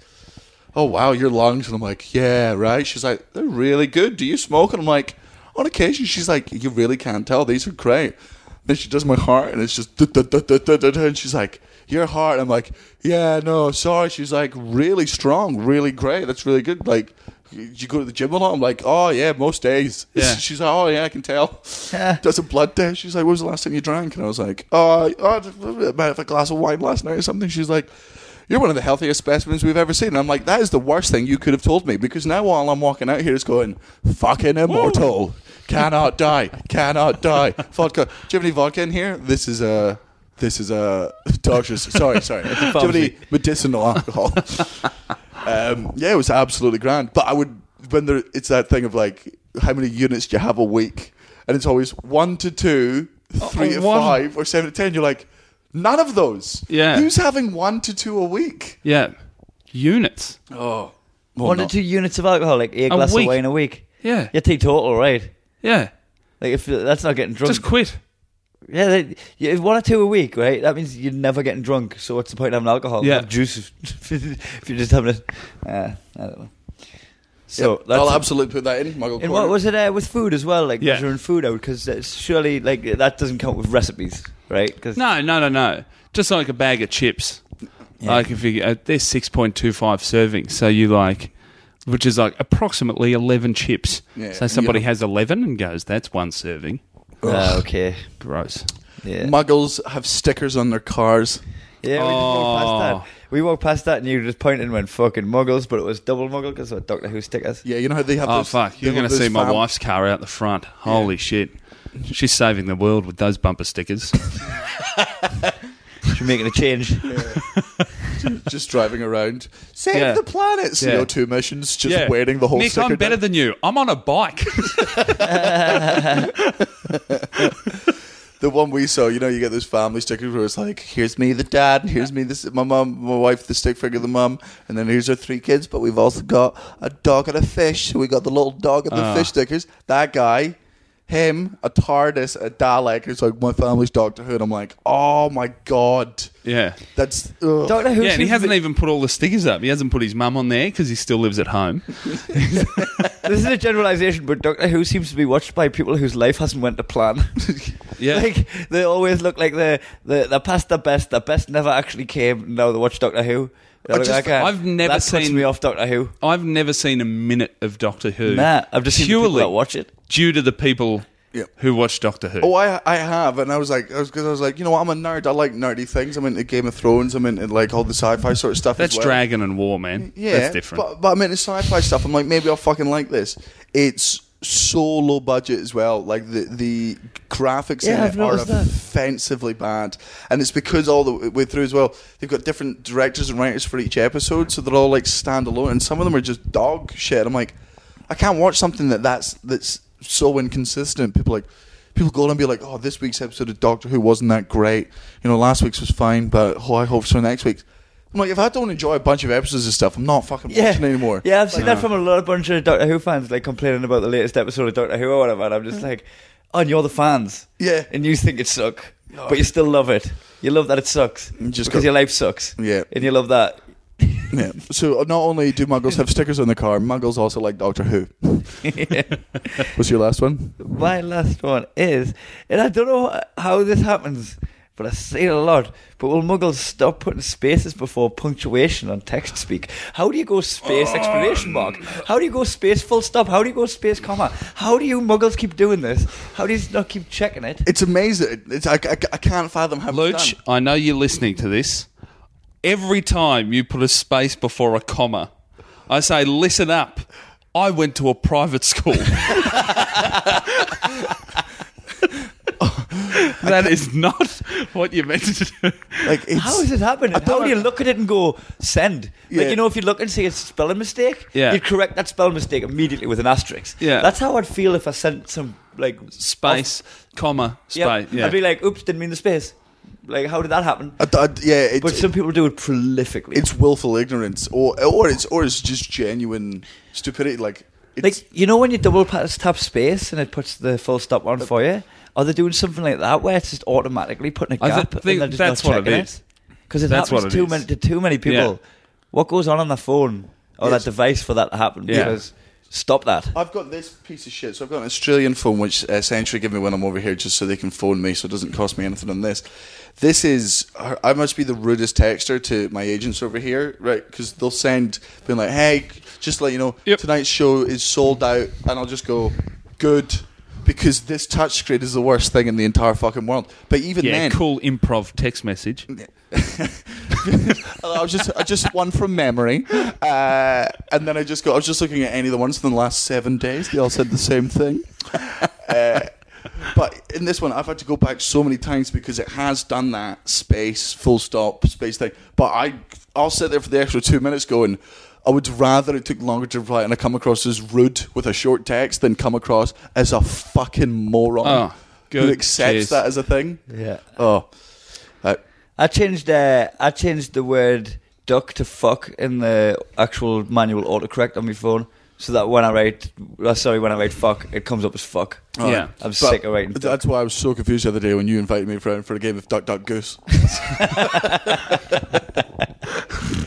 oh wow, your lungs. And I'm like, yeah, right. She's like, they're really good. Do you smoke? And I'm like, on occasion. She's like, you really can't tell. These are great. Then she does my heart, and it's just duh, duh, duh, duh, duh, duh, duh. and she's like, your heart. I'm like, yeah, no, sorry. She's like, really strong, really great. That's really good. Like. You go to the gym a lot. I'm like, oh yeah, most days. Yeah. She's like, oh yeah, I can tell. Does a blood test. She's like, when was the last time you drank? And I was like, oh, oh just about a glass of wine last night or something. She's like, you're one of the healthiest specimens we've ever seen. And I'm like, that is the worst thing you could have told me because now while I'm walking out here, it's going, fucking immortal. Cannot die. Cannot die. Vodka. Do you have any vodka in here? This is a. This is a doctor's. Sorry, sorry. Do you have any medicinal alcohol? um, yeah, it was absolutely grand. But I would when there it's that thing of like how many units do you have a week, and it's always one to two, three to Oh, one- five, or seven to ten. You're like none of those. Yeah. who's having one to two a week? Yeah. Units. Oh, One or two units of alcohol, like eight glasses of week. wine a week. Yeah. You're teetotal, right? Yeah. Like if that's not getting drunk, Just quit. Yeah, they, yeah, if one or two a week, right? That means you're never getting drunk. So what's the point of having alcohol? Yeah. Have juice if, if you're just having a. Uh, I don't know. So that's I'll absolutely put that in. Muggle and what was it uh, with food as well? Like Yeah. measuring food out because surely like that doesn't count with recipes, right? 'Cause- No, no, no, no. Just like a bag of chips. Yeah. Like if you, uh, they're six point two five servings, so you like, which is like approximately eleven chips. Yeah. so somebody Yeah. has eleven and goes, "That's one serving." Ah, okay. Gross. Yeah. Muggles have stickers on their cars. yeah, we just walked past Oh. that. We walked past that, and you just pointed and went "fucking muggles," but it was double muggle because of Doctor Who stickers. Yeah, you know how they have. Oh those- fuck! they You're have going to those see my fam- wife's car out the front. Holy shit! She's saving the world with those bumper stickers. You're making a change. just driving around. Save Yeah. the planet. Yeah. CO2 emissions. Just waiting the whole. Nick, sticker I'm better down. than you. I'm on a bike. the one we saw, you know, you get those family stickers where it's like, here's me, the dad, and here's me, this my mum, my wife, the stick figure, the mum, and then here's our three kids. But we've also got a dog and a fish. So we got the little dog and the fish stickers. That guy, him, a TARDIS, a Dalek. It's like my family's Doctor Who, and I'm like, oh my god, yeah. that's ugh. Doctor Who. Yeah, and seems to he hasn't be- even put all the stickers up. He hasn't put his mum on there because he still lives at home. this is a generalization, but Doctor Who seems to be watched by people whose life hasn't went to plan. Yeah. like they always look like they're they're, they're past their best. Their best never actually came. Now they watch Doctor Who. They're I like, just- "Okay, I've never that puts seen- me off Doctor Who. I've never seen a minute of Doctor Who. Nah, I've just seen the people Purely that watch it. due to the people Yeah. who watched Doctor Who. Oh, I I have, and I was like, I was because I was like, you know what, I'm a nerd. I like nerdy things. I'm into Game of Thrones. I'm into like all the sci-fi sort of stuff. as That's well. Dragon and War, man. Yeah, That's different. But, but I'm into sci-fi stuff. I'm like, maybe I'll fucking like this. It's so low budget as well. Like the the graphics Yeah, in I've it are noticed that. offensively bad, and it's because all the way through as well. They've got different directors and writers for each episode, so they're all like standalone, and some of them are just dog shit. I'm like, I can't watch something that that's that's so inconsistent. People like. People go on and be like, "Oh, this week's episode of Doctor Who wasn't that great. You know, last week's was fine, but oh, I hope so next week's." I'm like, if I don't enjoy a bunch of episodes of stuff, I'm not fucking watching anymore. Yeah, I've Ah. seen that from a lot of bunch of Doctor Who fans, like complaining about the latest episode of Doctor Who or whatever. And I'm just like, oh, and you're the fans. Yeah. And you think it suck, but you still love it. You love that it sucks just because got- your life sucks. Yeah. And you love that. Yeah. So uh, not only do muggles have stickers on the car, muggles also like Doctor Who. What's your last one? My last one is, and I don't know how this happens, but I see it a lot. But will muggles stop putting spaces before punctuation on text speak? How do you go space exclamation mark? How do you go space full stop? How do you go space comma? How do you muggles keep doing this? How do you not keep checking it? It's amazing. It's, I, I, I can't fathom how it's Luch, done. I know you're listening to this. Every time you put a space before a comma, I say, listen up. I went to a private school. that is not what you meant to do. Like it's, How is it happening? How do you look at it and go send? Yeah. Like you know, if you look and see a spelling mistake, Yeah. you'd correct that spelling mistake immediately with an asterisk. Yeah. that's how I'd feel if I sent some like Space, comma, Yep. space. Yeah. I'd be like, oops, didn't mean the space. Like, how did that happen? I, I, yeah, it's, But some people do it prolifically. it's willful ignorance, or or it's or it's just genuine stupidity. Like it's, like, you know when you double pa- tap space and it puts the full stop on for you? Are they doing something like that where it's just automatically putting a I th- gap and think they're just that's not what it checking is. Because it That's happens what it too is. many, to too many people. What goes on on the phone or Yes. that device for that to happen? Yeah. Because stop that. I've got this piece of shit. So I've got an Australian phone, which uh, Century give me when I'm over here, just so they can phone me, so it doesn't cost me anything on this. This is uh, I must be the rudest texter to my agents over here, right? Because they'll send being like, "Hey, just to let you know, Yep. tonight's show is sold out," and I'll just go, "Good." Because this touchscreen is the worst thing in the entire fucking world. But even yeah, then, cool improv text message. I was just I just one from memory, uh, and then I just got I was just looking at any of the ones in the last seven days. They all said the same thing. Uh, but in this one, I've had to go back so many times because it has done that space, full stop, space thing. But I I'll sit there for the extra two minutes going. I would rather it took longer to reply and I come across as rude with a short text than come across as a fucking moron Oh, good. who accepts Cheers. that as a thing. Yeah. Oh, Uh, I changed uh, I changed the word duck to fuck in the actual manual autocorrect on my phone, so that when I write, uh, sorry, when I write fuck, it comes up as fuck. Oh, Yeah. I'm But sick of writing. Duck. That's why I was so confused the other day when you invited me round for a game of Duck Duck Goose.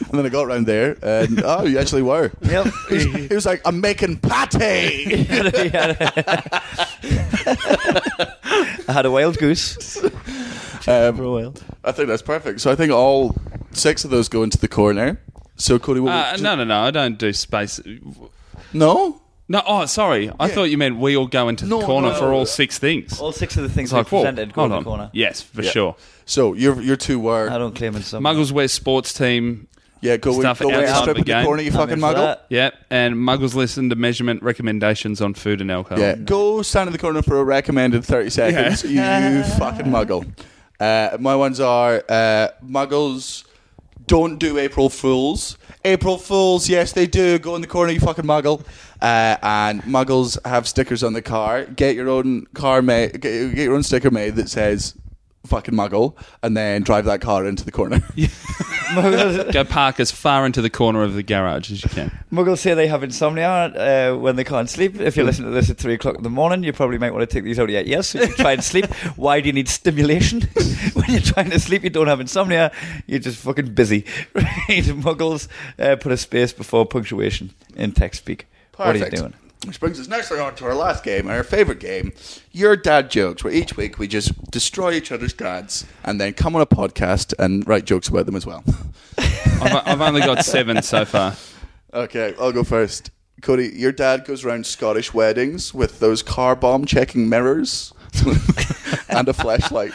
and then I got round there, and oh, you actually were. Yep. He was, he was like, "I'm making pate." I had a wild goose. Um, a while. I think that's perfect. So I think all six of those go into the corner. So Cody, what Uh, would- no, no, no. I don't do space. no, No, oh, sorry. I Yeah. thought you meant we all go into the No, corner no. for all six things. All six of the things It's I like, whoa, presented go hold in the on. corner. Yes, for Yeah. sure. So your your two were I don't claim it's something. Muggles wear sports team. yeah. Go in, Stuff go in, outside strip the in the game. corner, you fucking muggle. Yep, and muggles listen to measurement recommendations on food and alcohol. Yeah, go stand in the corner for a recommended 30 seconds. You fucking muggle. Uh, my ones are uh, muggles don't do April Fools. April Fools, yes, they do. Go in the corner, you fucking muggle. Uh, and muggles have stickers on the car. Get your own car made, get, get your own sticker made that says fucking muggle, and then drive that car into the corner. Muggles, Go park as far into the corner of the garage as you can. Muggles say they have insomnia uh, when they can't sleep. If you listen to this at three o'clock in the morning, you probably might want to take these out of your ears so you can try and sleep. Why do you need stimulation when you're trying to sleep? You don't have insomnia. You're just fucking busy. Right? Muggles uh, put a space before punctuation in text speak. What are you doing? Which brings us nicely on to our last game, our favourite game, Your Dad Jokes, where each week we just destroy each other's dads and then come on a podcast and write jokes about them as well. I've, I've only got seven so far. okay, I'll go first. Cody, your dad goes around Scottish weddings with those car bomb checking mirrors and a flashlight.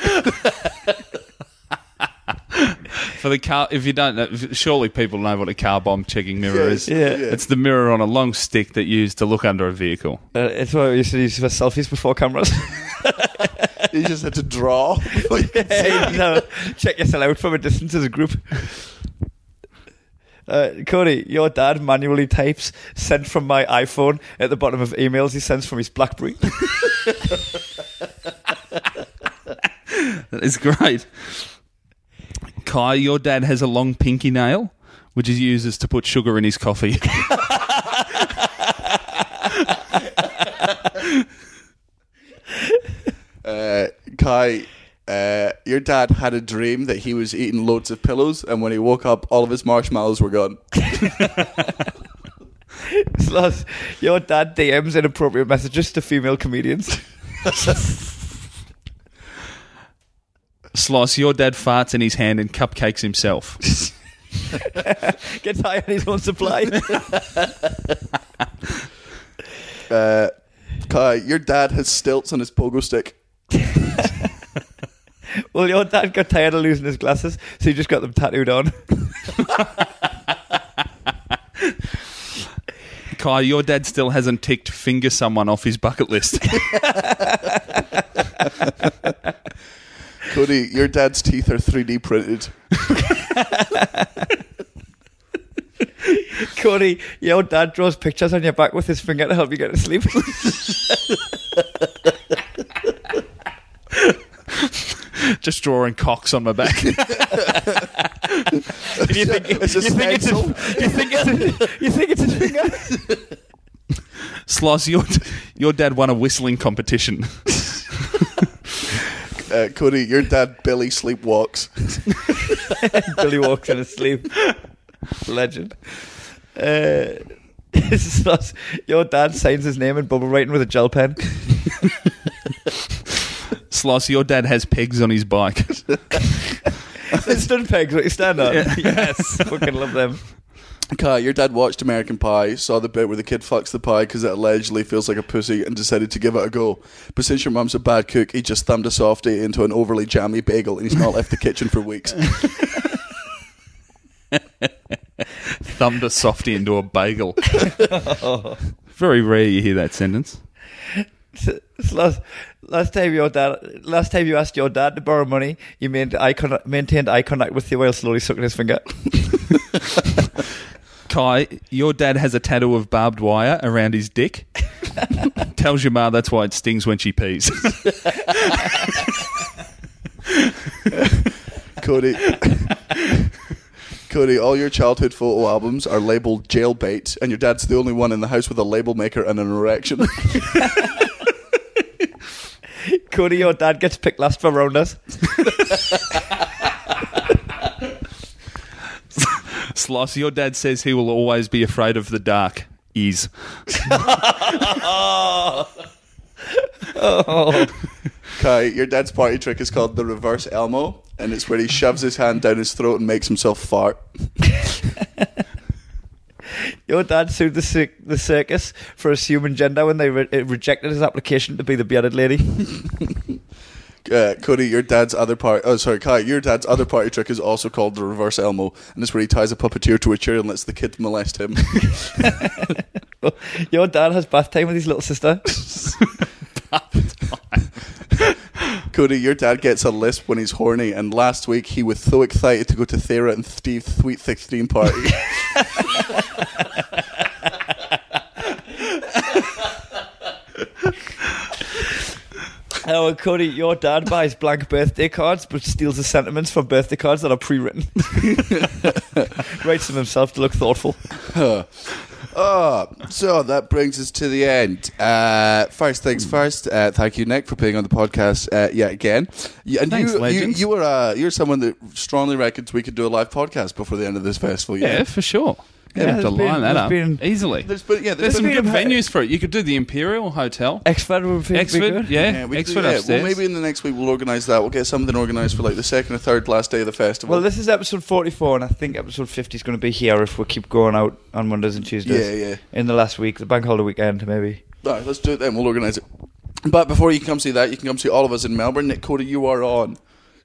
For the car, if you don't, know, surely people know what a car bomb checking mirror is. Yeah. It's the mirror on a long stick that you use to look under a vehicle. Uh, it's what we used to use for selfies before cameras. You just had to draw. Hey, no, check yourself out from a distance as a group. Uh, Cody, your dad manually types sent from my iPhone at the bottom of emails he sends from his BlackBerry. That is great. Kai, your dad has a long pinky nail, which he uses to put sugar in his coffee. Uh, Kai, uh, your dad had a dream that he was eating loads of pillows, and when he woke up, all of his marshmallows were gone. Sloth, your dad DMs inappropriate messages to female comedians. Slice, your dad farts in his hand and cupcakes himself. Gets high on his own supply. Uh, Kai, your dad has stilts on his pogo stick. well, your dad got tired of losing his glasses, so he just got them tattooed on. Kai, your dad still hasn't ticked finger someone off his bucket list. Cody, your dad's teeth are 3D printed. Cody, your dad draws pictures on your back with his finger to help you get to sleep. Just drawing cocks on my back. you think, It's a you think it's stencil. his- you think it's his- you think it's his finger? Slice, your, your dad won a whistling competition. Uh, Cody, your dad Billy sleepwalks. Billy walks in his sleep. Legend. Uh, this is us. Your dad signs his name in bubble writing with a gel pen. Slice, your dad has pegs on his bike. It's done pegs, but you stand up. Yeah. Yes, fucking love them. Kai, your dad watched American Pie, saw the bit where the kid fucks the pie because it allegedly feels like a pussy, and decided to give it a go. But since your mum's a bad cook, he just thumbed a softie into an overly jammy bagel, and he's not left the kitchen for weeks. Thumbed a softy into a bagel. Very rare you hear that sentence. S- s- Last, last time your dad, last time you asked your dad to borrow money, you made eye con- maintained eye contact with you while slowly sucking his finger. Kai, your dad has a tattoo of barbed wire around his dick. Tells your ma that's why it stings when she pees. Cody. Cody, all your childhood photo albums are labeled jailbait, and your dad's the only one in the house with a label maker and an erection. Cody, your dad gets picked last for rounders. Slice, your dad says he will always be afraid of the dark. Is. Kai, your dad's party trick is called the reverse Elmo, and it's where he shoves his hand down his throat and makes himself fart. Your dad sued the, cir- the circus for assuming gender when they re- it rejected his application to be the bearded lady. Uh, Cody, your dad's other party. Oh, sorry, Kai, your dad's other party trick is also called the reverse Elmo, and it's where he ties a puppeteer to a chair and lets the kid molest him. Your dad has bath time with his little sister. Cody, your dad gets a lisp when he's horny, and last week he was so excited to go to Thera and Steve's Sweet 16 party. Oh, and Cody, your dad buys blank birthday cards but steals the sentiments from birthday cards that are pre written. Writes them himself to look thoughtful. Oh, so that brings us to the end. Uh, first Hmm. things first, uh, thank you, Nick, for being on the podcast uh, yet again. Y- And Thanks, you, you, legends. you were uh, you're someone that strongly reckons we could do a live podcast before the end of this festival. Yeah, for sure. Yeah, Yeah, to there's line been- that there's up been- easily. There's been, yeah, There's there's some been, good been- venues for it. You could do the Imperial Hotel, Exford would be, be Exford. good. Yeah, we Exford do, yeah. upstairs. Well, maybe in the next week we'll organise that. We'll get something organised for like the second or third last day of the festival. Well, this is episode 44, and I think episode 50 is going to be here if we keep going out on Mondays and Tuesdays. yeah, yeah. In the last week, the bank holiday weekend, maybe. All right, let's do it then. We'll organise it. But before you can come see that, you can come see all of us in Melbourne. Nick Cody, you are on.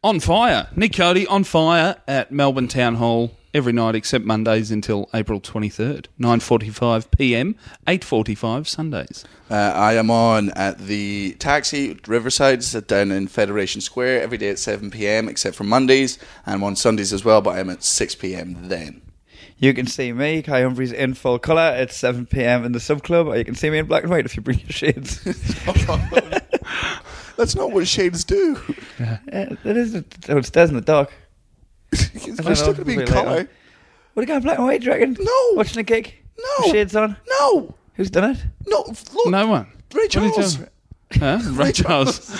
on fire. Nick Cody on fire at Melbourne Town Hall every night except Mondays until April 23rd, 9:45 p.m., 8:45 Sundays. Uh, I am on at the taxi at Riverside, it's down in Federation Square, every day at 7 p.m., except for Mondays. I'm on Sundays as well, but I'm at 6 p.m. then. You can see me, Kai Humphries, in full colour at 7 pm in the sub club, or you can see me in black and white if you bring your shades. That's not what shades do. yeah, that Uh, is downstairs in the dark. We're still going to be in We'll be later. colour. What a guy in black and white, do you reckon? No. Watching a gig? No. Shades on? No, Who's done it? no, look. No one. Ray What are you Charles. doing? Huh? Ray Charles.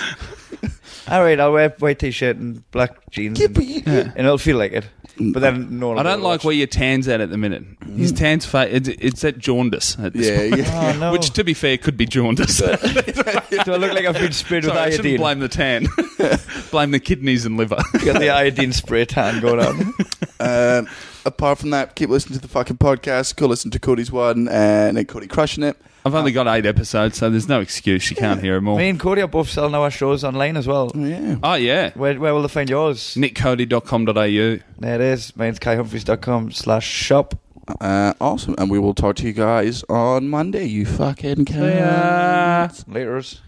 All right, I'll wear white t shirt and black jeans. Yeah, and, but you- and it'll feel like it. But then no one will be able to I don't like watch. where your tan's at at the minute. His tan's fa- it's, it's at jaundice at this Yeah, point. yeah. Oh, no. Which, to be fair, could be jaundice. Sorry, Do I look like I've been sprayed with I shouldn't iodine? blame the tan. blame the kidneys and liver. Got the iodine spray tan going on. Um, apart from that, keep listening to the fucking podcast. Go listen to Cody's one and Nick Cody crushing it. I've only got eight episodes, so there's no excuse. You can't hear them all. Me and Cody are both selling our shows online as well. Yeah. Oh, yeah. Where, where will they find yours? nickcody.com.au. There it is. Mine's kaihumphreys.com slash shop. Uh, awesome. And we will talk to you guys on Monday. You fucking can. Laters.